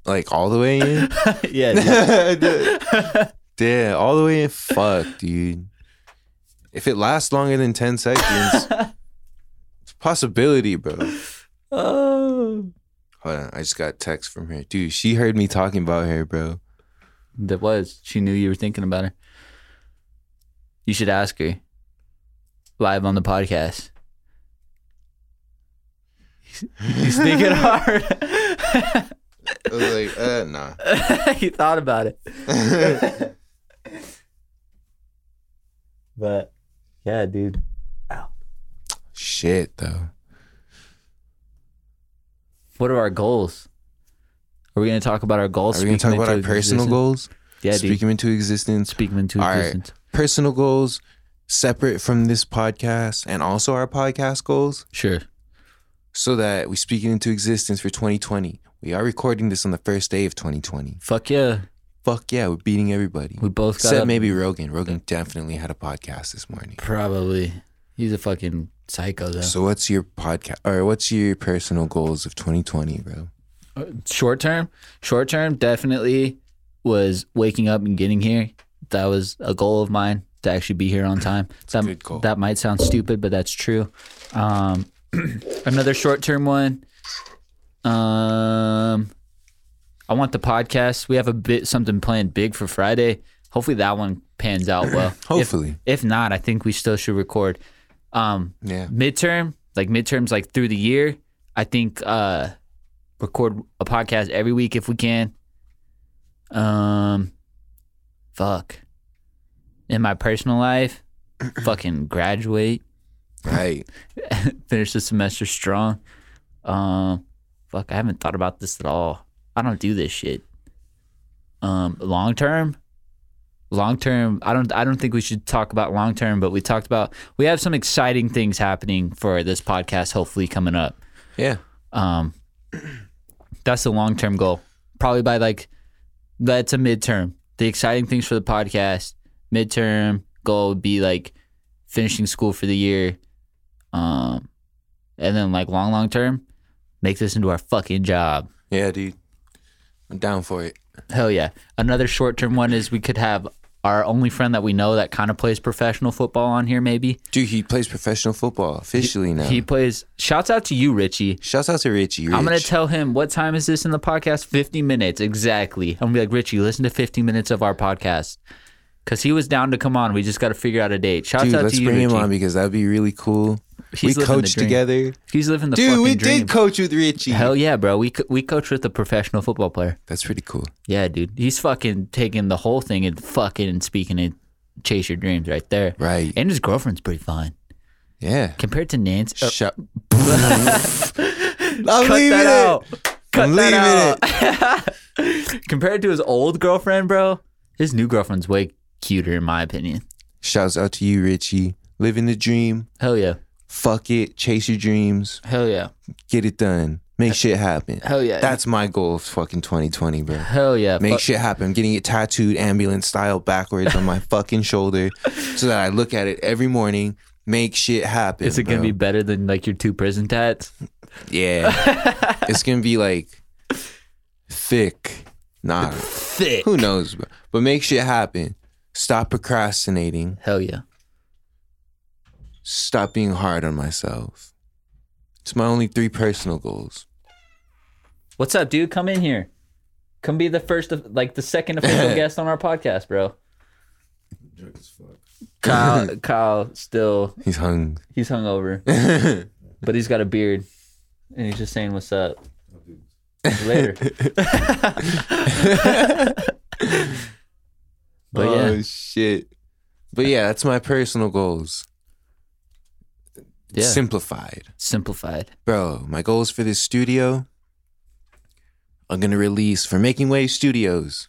Speaker 2: like all the way in?
Speaker 1: yeah, dude.
Speaker 2: Damn, all the way in. Fuck, dude. If it lasts longer than ten seconds, it's a possibility, bro.
Speaker 1: Oh,
Speaker 2: Hold on, I just got text from her. Dude, she heard me talking about her, bro.
Speaker 1: that was. She knew you were thinking about her. You should ask her live on the podcast. He's thinking hard.
Speaker 2: I was like, uh, nah.
Speaker 1: he thought about it. But yeah, dude.
Speaker 2: Shit, though.
Speaker 1: What are our goals? Are we gonna talk about our goals?
Speaker 2: Are we gonna
Speaker 1: Speak
Speaker 2: talk
Speaker 1: them
Speaker 2: about our
Speaker 1: into
Speaker 2: personal
Speaker 1: existence?
Speaker 2: goals?
Speaker 1: Yeah, dude.
Speaker 2: Speak them into existence.
Speaker 1: Speak them into
Speaker 2: All right.
Speaker 1: existence.
Speaker 2: Personal goals separate from this podcast and also our podcast goals
Speaker 1: Sure.
Speaker 2: so that we speak it into existence for 2020. We are recording this on the first day of 2020.
Speaker 1: Fuck yeah.
Speaker 2: Fuck yeah, we're beating everybody.
Speaker 1: We both got
Speaker 2: Except
Speaker 1: up-
Speaker 2: maybe Rogan. Rogan definitely had a podcast this morning.
Speaker 1: Probably. He's a fucking psycho though.
Speaker 2: So what's your podcast or what's your personal goals of 2020, bro?
Speaker 1: short term short term definitely was waking up and getting here that was a goal of mine to actually be here on time that,
Speaker 2: good goal.
Speaker 1: that might sound stupid but that's true um, another short term one um, i want the podcast we have a bit something planned big for friday hopefully that one pans out well If-
Speaker 2: Hopefully.
Speaker 1: if, not i think we still should record um,
Speaker 2: Yeah.
Speaker 1: midterm, like midterms, like through the year. I think uh record a podcast every week if we can. Um, fuck. In my personal life, fucking graduate,
Speaker 2: Right.
Speaker 1: finish the semester strong. Um, fuck, I haven't thought about this at all. I don't do this shit. Um, long term, long term. I don't. I don't think we should talk about long term, but we talked about. We have some exciting things happening for this podcast. Hopefully, coming up.
Speaker 2: Yeah.
Speaker 1: Um, that's the long term goal. Probably by like, that's a midterm. The exciting things for the podcast midterm goal would be like finishing school for the year, um, and then like long long term, make this into our fucking job.
Speaker 2: Yeah, dude. I'm down for it.
Speaker 1: Hell yeah! Another short term one is we could have our only friend that we know that kind of plays professional football on here. Maybe
Speaker 2: Dude, he plays professional football officially now.
Speaker 1: he plays. Shouts out to you, Richie.
Speaker 2: Shouts out to Richie. Rich.
Speaker 1: I'm gonna tell him what time is this in the podcast? 50 minutes exactly. I'm gonna be like Richie, listen to 50 minutes of our podcast, because he was down to come on. We just got to figure out a date. Shouts
Speaker 2: Dude,
Speaker 1: out
Speaker 2: let's
Speaker 1: to you,
Speaker 2: bring him
Speaker 1: Richie.
Speaker 2: on because that'd be really cool.
Speaker 1: He's
Speaker 2: we
Speaker 1: living the
Speaker 2: coached
Speaker 1: dream.
Speaker 2: together.
Speaker 1: He's living the
Speaker 2: Dude,
Speaker 1: fucking
Speaker 2: we
Speaker 1: dream.
Speaker 2: did coach with Richie.
Speaker 1: Hell yeah, bro. We co- we coach with a professional football player.
Speaker 2: That's pretty cool.
Speaker 1: Yeah, dude. He's fucking taking the whole thing and fucking speaking and chase your dreams right there.
Speaker 2: Right.
Speaker 1: And his girlfriend's pretty fine
Speaker 2: Yeah.
Speaker 1: compared to Nance. uh,
Speaker 2: Shut. I'm
Speaker 1: cut
Speaker 2: leaving
Speaker 1: that
Speaker 2: it.
Speaker 1: out. Cut
Speaker 2: I'm
Speaker 1: that out. Compared to his old girlfriend, bro, his new girlfriend's way cuter in my opinion.
Speaker 2: Shouts out to you, Richie. Living the dream.
Speaker 1: Hell yeah.
Speaker 2: Fuck it. Chase your dreams.
Speaker 1: Hell yeah.
Speaker 2: Get it done. Make shit happen.
Speaker 1: Hell yeah.
Speaker 2: That's my goal of fucking 2020, bro.
Speaker 1: Hell yeah.
Speaker 2: Make
Speaker 1: Fuck-
Speaker 2: shit happen. I'm getting it tattooed ambulance style backwards on my fucking shoulder so that I look at it every morning. Make shit happen.
Speaker 1: Is it going to be better than like your two prison tats?
Speaker 2: be? Yeah. it's gonna be like thick. Nah.
Speaker 1: Thick.
Speaker 2: Who knows, bro? But make shit happen. Stop procrastinating.
Speaker 1: Hell yeah.
Speaker 2: Stop being hard on myself. It's my only three personal goals.
Speaker 1: What's up, dude? Come in here. Come be the first, of, like the second official guest on our podcast, bro. Kyle, Kyle still,
Speaker 2: He's hung.
Speaker 1: he's hungover, but he's got a beard and he's just saying, What's up? Later. but
Speaker 2: oh
Speaker 1: yeah,
Speaker 2: shit. But yeah, that's my personal goals.
Speaker 1: yeah.
Speaker 2: Simplified.
Speaker 1: simplified.
Speaker 2: Bro, my goals for this studio. I'm gonna release for Making Wave Studios.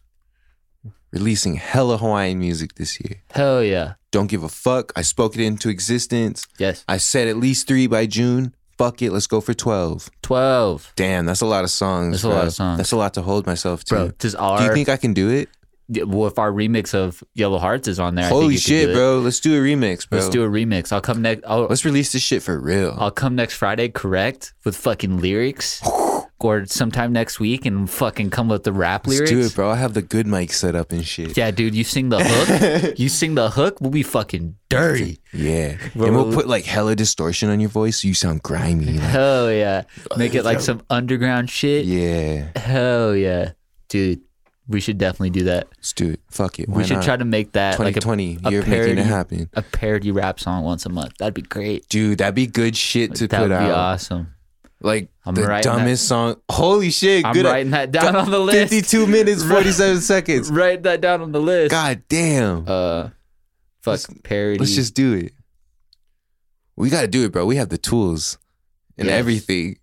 Speaker 2: Releasing hella Hawaiian music this year.
Speaker 1: Hell yeah.
Speaker 2: Don't give a fuck. I spoke it into existence.
Speaker 1: Yes.
Speaker 2: I said at least three by June. Fuck it, let's go for twelve.
Speaker 1: 12.
Speaker 2: Damn, that's a lot of songs.
Speaker 1: That's a
Speaker 2: bro.
Speaker 1: lot of songs.
Speaker 2: That's a lot to hold myself to.
Speaker 1: Bro, does our
Speaker 2: do you think I can do it?
Speaker 1: Yeah, well, if our remix of Yellow Hearts is on there, I think
Speaker 2: Holy
Speaker 1: you could do
Speaker 2: shit,
Speaker 1: it.
Speaker 2: bro! Let's do a remix, bro.
Speaker 1: Let's do a remix. I'll come next. I'll,
Speaker 2: Let's release this shit for real.
Speaker 1: I'll come next Friday, correct with fucking lyrics, or sometime next week and fucking come with the rap lyrics.
Speaker 2: Let's do it, bro. I have the good mic set up and shit.
Speaker 1: Yeah, dude, you sing the hook. you sing the hook. We'll be fucking dirty.
Speaker 2: Yeah.
Speaker 1: Bro.
Speaker 2: And we'll put like hella distortion on your voice so you sound grimy. like,
Speaker 1: Hell yeah! Make it like some underground shit.
Speaker 2: yeah.
Speaker 1: Hell yeah, dude. We should definitely do that.
Speaker 2: Let's do it. Fuck it. Why
Speaker 1: we should
Speaker 2: not?
Speaker 1: try to make that like a,
Speaker 2: 2020.
Speaker 1: a
Speaker 2: you're making
Speaker 1: parody.
Speaker 2: it happen.
Speaker 1: a parody rap song once a month. That'd be great.
Speaker 2: Dude, that'd be good shit to
Speaker 1: That
Speaker 2: put
Speaker 1: would be
Speaker 2: out.
Speaker 1: awesome.
Speaker 2: Like
Speaker 1: I'm
Speaker 2: the
Speaker 1: writing that-
Speaker 2: dumbest song. Holy shit.
Speaker 1: I'm
Speaker 2: good.
Speaker 1: writing that down on the list.
Speaker 2: 52 minutes, 47 seconds.
Speaker 1: Write that down on the list.
Speaker 2: God damn.
Speaker 1: Uh, fuck
Speaker 2: Let's-
Speaker 1: parody.
Speaker 2: Let's just do it. We got to do it, bro. We have the tools and
Speaker 1: Yes.
Speaker 2: everything.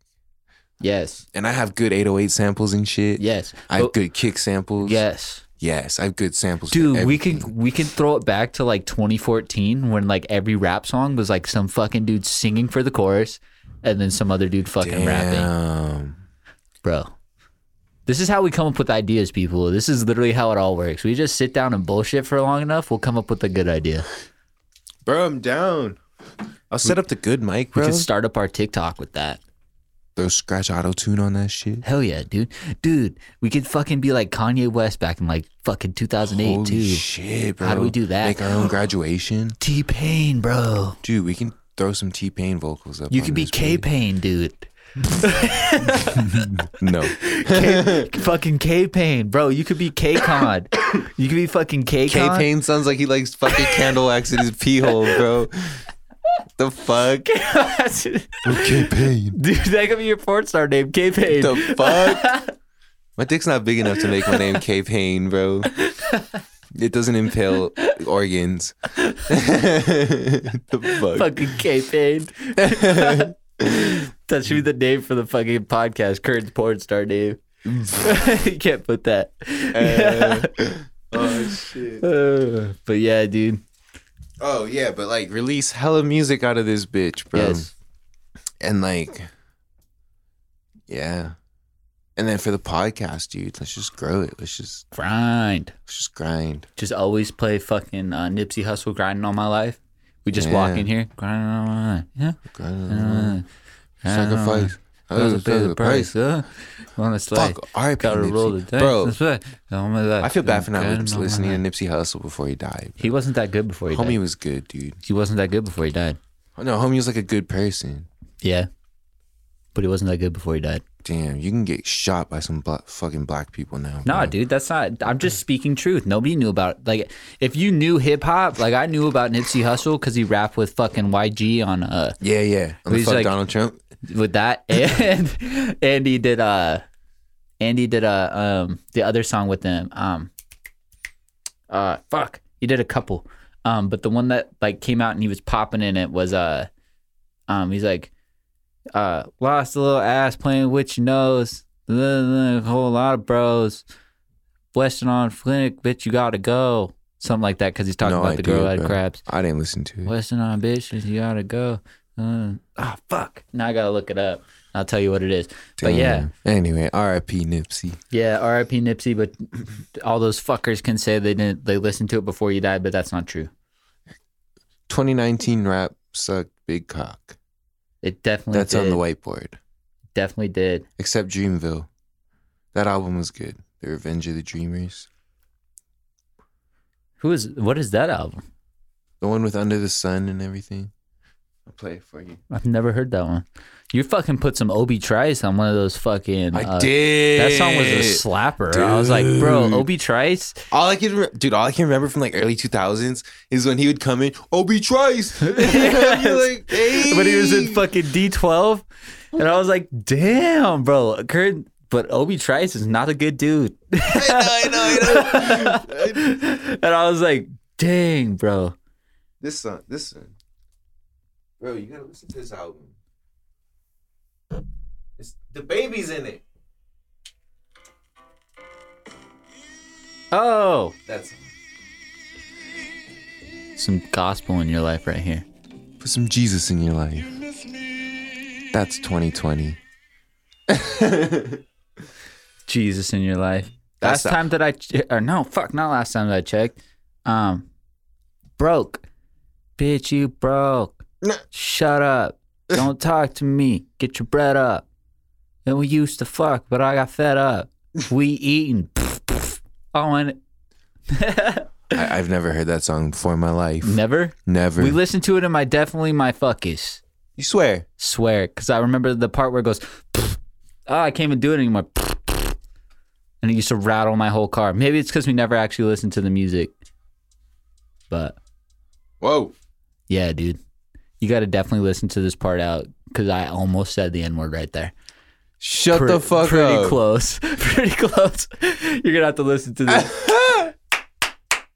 Speaker 1: yes,
Speaker 2: And I have good 808 samples and shit.
Speaker 1: yes. Oh,
Speaker 2: I have
Speaker 1: But-
Speaker 2: good kick samples.
Speaker 1: Yes,
Speaker 2: Yes, I have good samples. for
Speaker 1: dude. We
Speaker 2: everything.
Speaker 1: can we can throw it back to like 2014 when like every rap song was like some fucking dude singing for the chorus, and then some other dude fucking rapping,
Speaker 2: Damn.
Speaker 1: bro. This is how we come up with ideas, people. This is literally how it all works. We just sit down and bullshit for long enough. We'll come up with a good idea.
Speaker 2: Bro, I'm down. I'll set up the good mic,
Speaker 1: We
Speaker 2: bro.
Speaker 1: could start up our TikTok with that.
Speaker 2: Throw scratch auto tune on that shit.
Speaker 1: Hell yeah, dude. Dude, we could fucking be like Kanye West back in like fucking 2008
Speaker 2: Holy
Speaker 1: too.
Speaker 2: shit, bro.
Speaker 1: How do we do that?
Speaker 2: Make our own graduation.
Speaker 1: T Pain, bro.
Speaker 2: Dude, we can throw some T Pain vocals up.
Speaker 1: You
Speaker 2: on
Speaker 1: could be
Speaker 2: this,
Speaker 1: K Pain, dude.
Speaker 2: bro. No.
Speaker 1: K- fucking K Pain, bro. You could be K Con. you could be fucking K
Speaker 2: K
Speaker 1: Con.
Speaker 2: Pain sounds like he likes fucking candle wax in his pee hole, bro. The fuck?
Speaker 1: dude,
Speaker 2: K Pain.
Speaker 1: that could be your porn star name, K Pain.
Speaker 2: The fuck? My dick's not big enough to make my name K Pain, bro. It doesn't impale organs. the fuck?
Speaker 1: fucking K Pain. that should be the name for the fucking podcast, Current porn star name. you can't put that.
Speaker 2: oh shit.
Speaker 1: Uh, but yeah, dude.
Speaker 2: Oh yeah, but like release hella music out of this bitch, bro.
Speaker 1: Yes.
Speaker 2: And like, yeah. And then for the podcast, dude, let's just grow it. Let's just
Speaker 1: Grind.
Speaker 2: let's just grind.
Speaker 1: Just always play fucking uh, Nipsey Hustle grinding all my life. We just walk
Speaker 2: Yeah.
Speaker 1: in here, grinding all my life. Yeah.
Speaker 2: grind.
Speaker 1: Uh,
Speaker 2: Uh-huh. Sacrifice.
Speaker 1: I don't pay the price. Huh? On a slide.
Speaker 2: Fuck. All right,
Speaker 1: Gotta roll the dice.
Speaker 2: bro.
Speaker 1: That's right. All my life.
Speaker 2: I feel bad for not
Speaker 1: Grinding all Oh, my
Speaker 2: listening
Speaker 1: life.
Speaker 2: to Nipsey Hussle before he died.
Speaker 1: He wasn't that good before he
Speaker 2: homie
Speaker 1: died.
Speaker 2: was good, dude.
Speaker 1: He wasn't that good before he died.
Speaker 2: No, homie was like a good person.
Speaker 1: Yeah. But he wasn't that good before he died.
Speaker 2: Damn, you can get shot by some black, fucking black people now.
Speaker 1: Nah,
Speaker 2: bro.
Speaker 1: dude, that's not. I'm just speaking truth. Nobody knew about like if you knew hip hop, like I knew about Nipsey Hussle because he rapped with fucking YG on uh
Speaker 2: Yeah, yeah. I'm the
Speaker 1: He's
Speaker 2: fuck
Speaker 1: like-
Speaker 2: Donald Trump.
Speaker 1: with that and Andy did uh Andy did uh um the other song with them um uh fuck he did a couple um but the one that like came out and he was popping in it was uh um he's like uh lost a little ass playing with your nose a whole lot of bros Western on Flint bitch you gotta go something like that because he's talking
Speaker 2: No
Speaker 1: about the girl
Speaker 2: idea,
Speaker 1: that
Speaker 2: bro.
Speaker 1: had crabs
Speaker 2: I didn't listen to it.
Speaker 1: Western on bitches, you gotta go. Uh, oh fuck! Now I gotta look it up. I'll tell you what it is. But yeah,
Speaker 2: Damn. Anyway, R.I.P. Nipsey.
Speaker 1: yeah. R.I.P. Nipsey. But all those fuckers can say they didn't. They listened to it before you died, but that's not true.
Speaker 2: 2019 rap sucked big cock.
Speaker 1: It definitely.
Speaker 2: That's
Speaker 1: did.
Speaker 2: on the whiteboard.
Speaker 1: Definitely did.
Speaker 2: Except Dreamville. That album was good. The Revenge of the Dreamers.
Speaker 1: Who is? What is that album?
Speaker 2: The one with Under the Sun and everything. I'll play it for you.
Speaker 1: I've never heard that one. You fucking put some Obi Trice on one of those fucking.
Speaker 2: I
Speaker 1: uh,
Speaker 2: did.
Speaker 1: That song was a slapper. I was like, bro,
Speaker 2: Dude.
Speaker 1: Obi Trice.
Speaker 2: All I can, re- dude, all I can remember from like early 2000s is when he would come in, Obi Trice. I'd be like, hey.
Speaker 1: when he was in fucking D12. And I was like, damn, bro. Kurt, but Obi Trice is not a good dude.
Speaker 2: I know, I know, I know.
Speaker 1: and I was like, dang, bro.
Speaker 2: This song, this one. Bro, you gotta listen to this album. It's, the baby's in it.
Speaker 1: Oh,
Speaker 2: That's
Speaker 1: some gospel in your life right here.
Speaker 2: Put some Jesus in your life. That's 2020.
Speaker 1: Jesus in your life. last
Speaker 2: That's the-
Speaker 1: time that I, che- or no, fuck, not last time that I checked. Um, broke. Bitch, you broke.
Speaker 2: Nah.
Speaker 1: Shut up. Don't talk to me. Get your bread up. And we used to fuck, but I got fed up. We eating. oh, and
Speaker 2: I, I've never heard that song before in my life.
Speaker 1: never.
Speaker 2: Never.
Speaker 1: Mm. We listened to it in my definitely my fuckies.
Speaker 2: you swear.
Speaker 1: Swear, because I remember the part where it goes, oh, I can't even do it anymore. And it used to rattle my whole car. Maybe it's because we never actually listened to the music. But
Speaker 2: Whoa.
Speaker 1: yeah, dude, you got to definitely listen to this part out because I almost said the N word right there.
Speaker 2: Shut
Speaker 1: Pre-
Speaker 2: the fuck
Speaker 1: pretty
Speaker 2: up.
Speaker 1: close. pretty close. You're going to have to listen to this.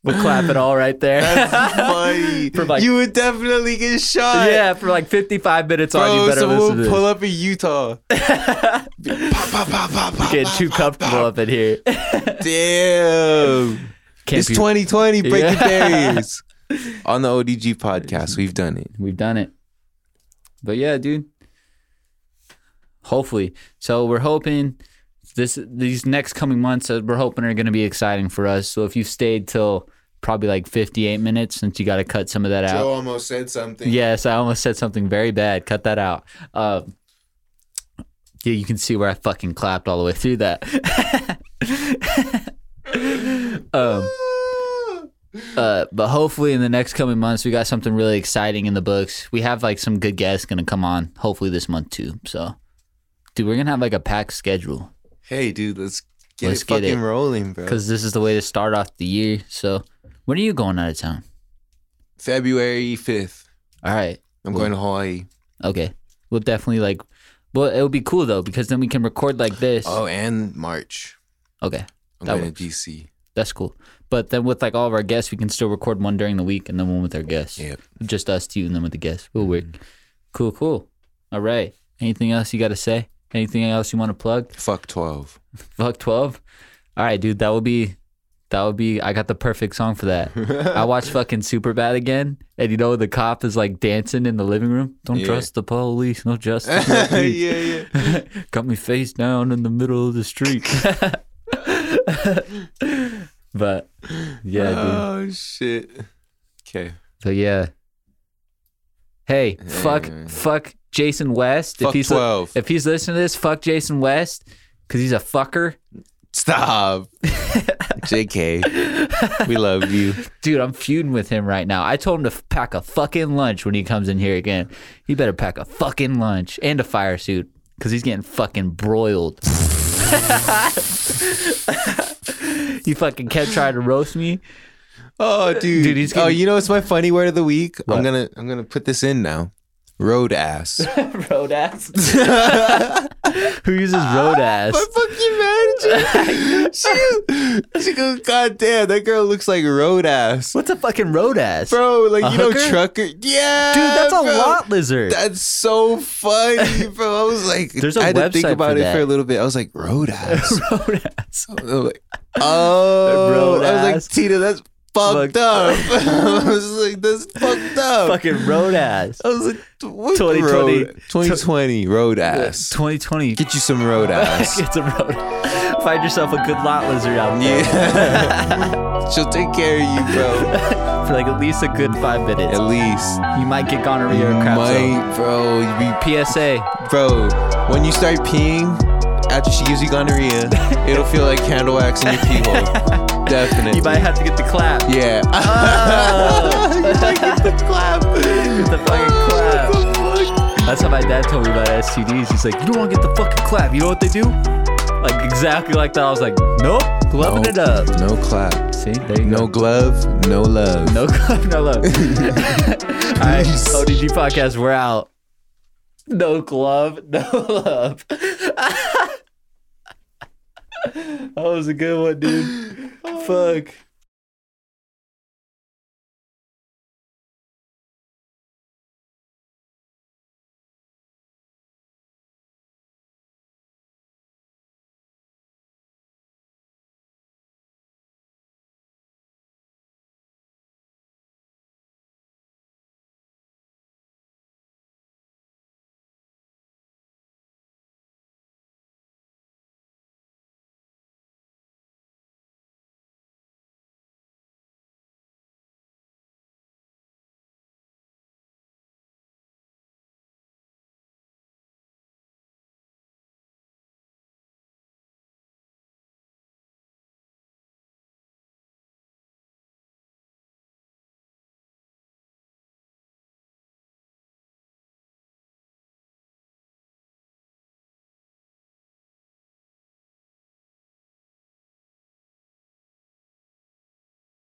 Speaker 1: we'll clap it all right there.
Speaker 2: Funny.
Speaker 1: For like-
Speaker 2: you would definitely get shot.
Speaker 1: yeah, for like 55 minutes on, you
Speaker 2: Bro,
Speaker 1: better listen
Speaker 2: someone
Speaker 1: to
Speaker 2: will
Speaker 1: this.
Speaker 2: pull up in Utah. Pop, pop, pop, pop, pop,
Speaker 1: Get
Speaker 2: pop,
Speaker 1: too
Speaker 2: pop,
Speaker 1: comfortable
Speaker 2: pop.
Speaker 1: up in here. Can't
Speaker 2: Damn. It's
Speaker 1: be-
Speaker 2: 2020 breaking
Speaker 1: Yeah.
Speaker 2: barriers. On the ODG podcast, we've done it.
Speaker 1: We've done it. But yeah, dude. Hopefully. So we're hoping this these next coming months uh, we're hoping are going to be exciting for us. So if you've stayed till probably like 58 minutes since you got to cut some of that out.
Speaker 2: almost said something.
Speaker 1: Yes, I almost said something very bad. Cut that out. Uh, yeah, you can see where I fucking clapped all the way through that. um, uh, but hopefully in the next coming months we got something really exciting in the books. We have like some good guests gonna come on hopefully this month too. So, dude, we're gonna have like a packed schedule
Speaker 2: Hey, dude, let's get
Speaker 1: Let's
Speaker 2: it
Speaker 1: get
Speaker 2: fucking
Speaker 1: it.
Speaker 2: rolling, bro.
Speaker 1: because this is the way to start off the year. So, when are you going out of town?
Speaker 2: February 5th,
Speaker 1: All right,
Speaker 2: I'm
Speaker 1: Well-
Speaker 2: going to Hawaii.
Speaker 1: okay, we'll definitely like. Well, it'll be cool though because then we can record like this.
Speaker 2: Oh, and March,
Speaker 1: Okay,
Speaker 2: I'm
Speaker 1: That
Speaker 2: going
Speaker 1: works.
Speaker 2: to DC.
Speaker 1: that's cool. But then with like all of our guests, we can still record one during the week and then one with our guests.
Speaker 2: Yep. Mm-hmm.
Speaker 1: Just us two and then with the guests. We'll work. Cool, cool. All right. Anything else you got to say? Anything else you want to plug?
Speaker 2: Fuck 12.
Speaker 1: Fuck twelve. All right, dude. That will be. That would be. I got the perfect song for that. I watched fucking Super Bad again, and you know the cop is like dancing in the living room. Don't
Speaker 2: Yeah.
Speaker 1: trust the police. No justice. No
Speaker 2: yeah,
Speaker 1: peace.
Speaker 2: yeah.
Speaker 1: Got me face down in the middle of the street. but yeah, dude.
Speaker 2: oh, shit. Okay.
Speaker 1: So yeah. Hey, fuck,
Speaker 2: Hey.
Speaker 1: fuck Jason West.
Speaker 2: Fuck
Speaker 1: if he's
Speaker 2: 12.
Speaker 1: if he's listening to this, fuck Jason West because he's a fucker,
Speaker 2: Stop. JK. We love you.
Speaker 1: dude. I'm feuding with him right now. I told him to f- pack a fucking lunch when he comes in here again. He better pack a fucking lunch and a fire suit because he's getting fucking broiled. he fucking kept trying to roast me.
Speaker 2: Oh, dude.
Speaker 1: Dude, he's
Speaker 2: Oh,
Speaker 1: getting-
Speaker 2: you know what's my funny word of the week?
Speaker 1: What?
Speaker 2: I'm gonna I'm gonna put this in now. Road ass.
Speaker 1: Road ass. Who uses road ass?
Speaker 2: My fucking manager. she, she goes, God damn, that girl looks like road ass.
Speaker 1: What's a fucking road ass?
Speaker 2: Bro, like
Speaker 1: A
Speaker 2: you know
Speaker 1: hooker?
Speaker 2: trucker. Yeah.
Speaker 1: Dude, that's a
Speaker 2: bro.
Speaker 1: lot lizard.
Speaker 2: That's so funny, bro. I was like,
Speaker 1: There's a
Speaker 2: I had to think
Speaker 1: website
Speaker 2: about
Speaker 1: for
Speaker 2: it
Speaker 1: that.
Speaker 2: for a little bit. I was like, road ass.
Speaker 1: road ass.
Speaker 2: I was like, oh,
Speaker 1: Road
Speaker 2: I was
Speaker 1: ass.
Speaker 2: like, Tina, that's fucked
Speaker 1: Fucked
Speaker 2: up. I was like, that's fucked up.
Speaker 1: fucking road ass.
Speaker 2: I was like, what
Speaker 1: 2020.
Speaker 2: road? 2020 road ass.
Speaker 1: 2020.
Speaker 2: Get you some road ass.
Speaker 1: It's a road. Find yourself a good lot lizard out there
Speaker 2: yeah. She'll take care of you, bro.
Speaker 1: for like at least a good five minutes.
Speaker 2: At least.
Speaker 1: You might get gonorrhea or crap. so-
Speaker 2: Might, bro. You be
Speaker 1: PSA.
Speaker 2: Bro, when you start peeing after she gives you gonorrhea, it'll feel like candle wax in your pee hole. Definitely.
Speaker 1: You might have Oh. to get the clap.
Speaker 2: yeah. You might get the clap. Oh,
Speaker 1: The fucking clap. That's how my dad told me about STDs. He's like, you don't want to get the fucking clap. You know what they do? Like exactly like that. I was like, nope, gloving it up.
Speaker 2: No clap.
Speaker 1: See, there you
Speaker 2: No
Speaker 1: go.
Speaker 2: glove. No love.
Speaker 1: No glove, no love. All right, ODG podcast, we're out. No glove, no love. that was a good one, dude. Fuck.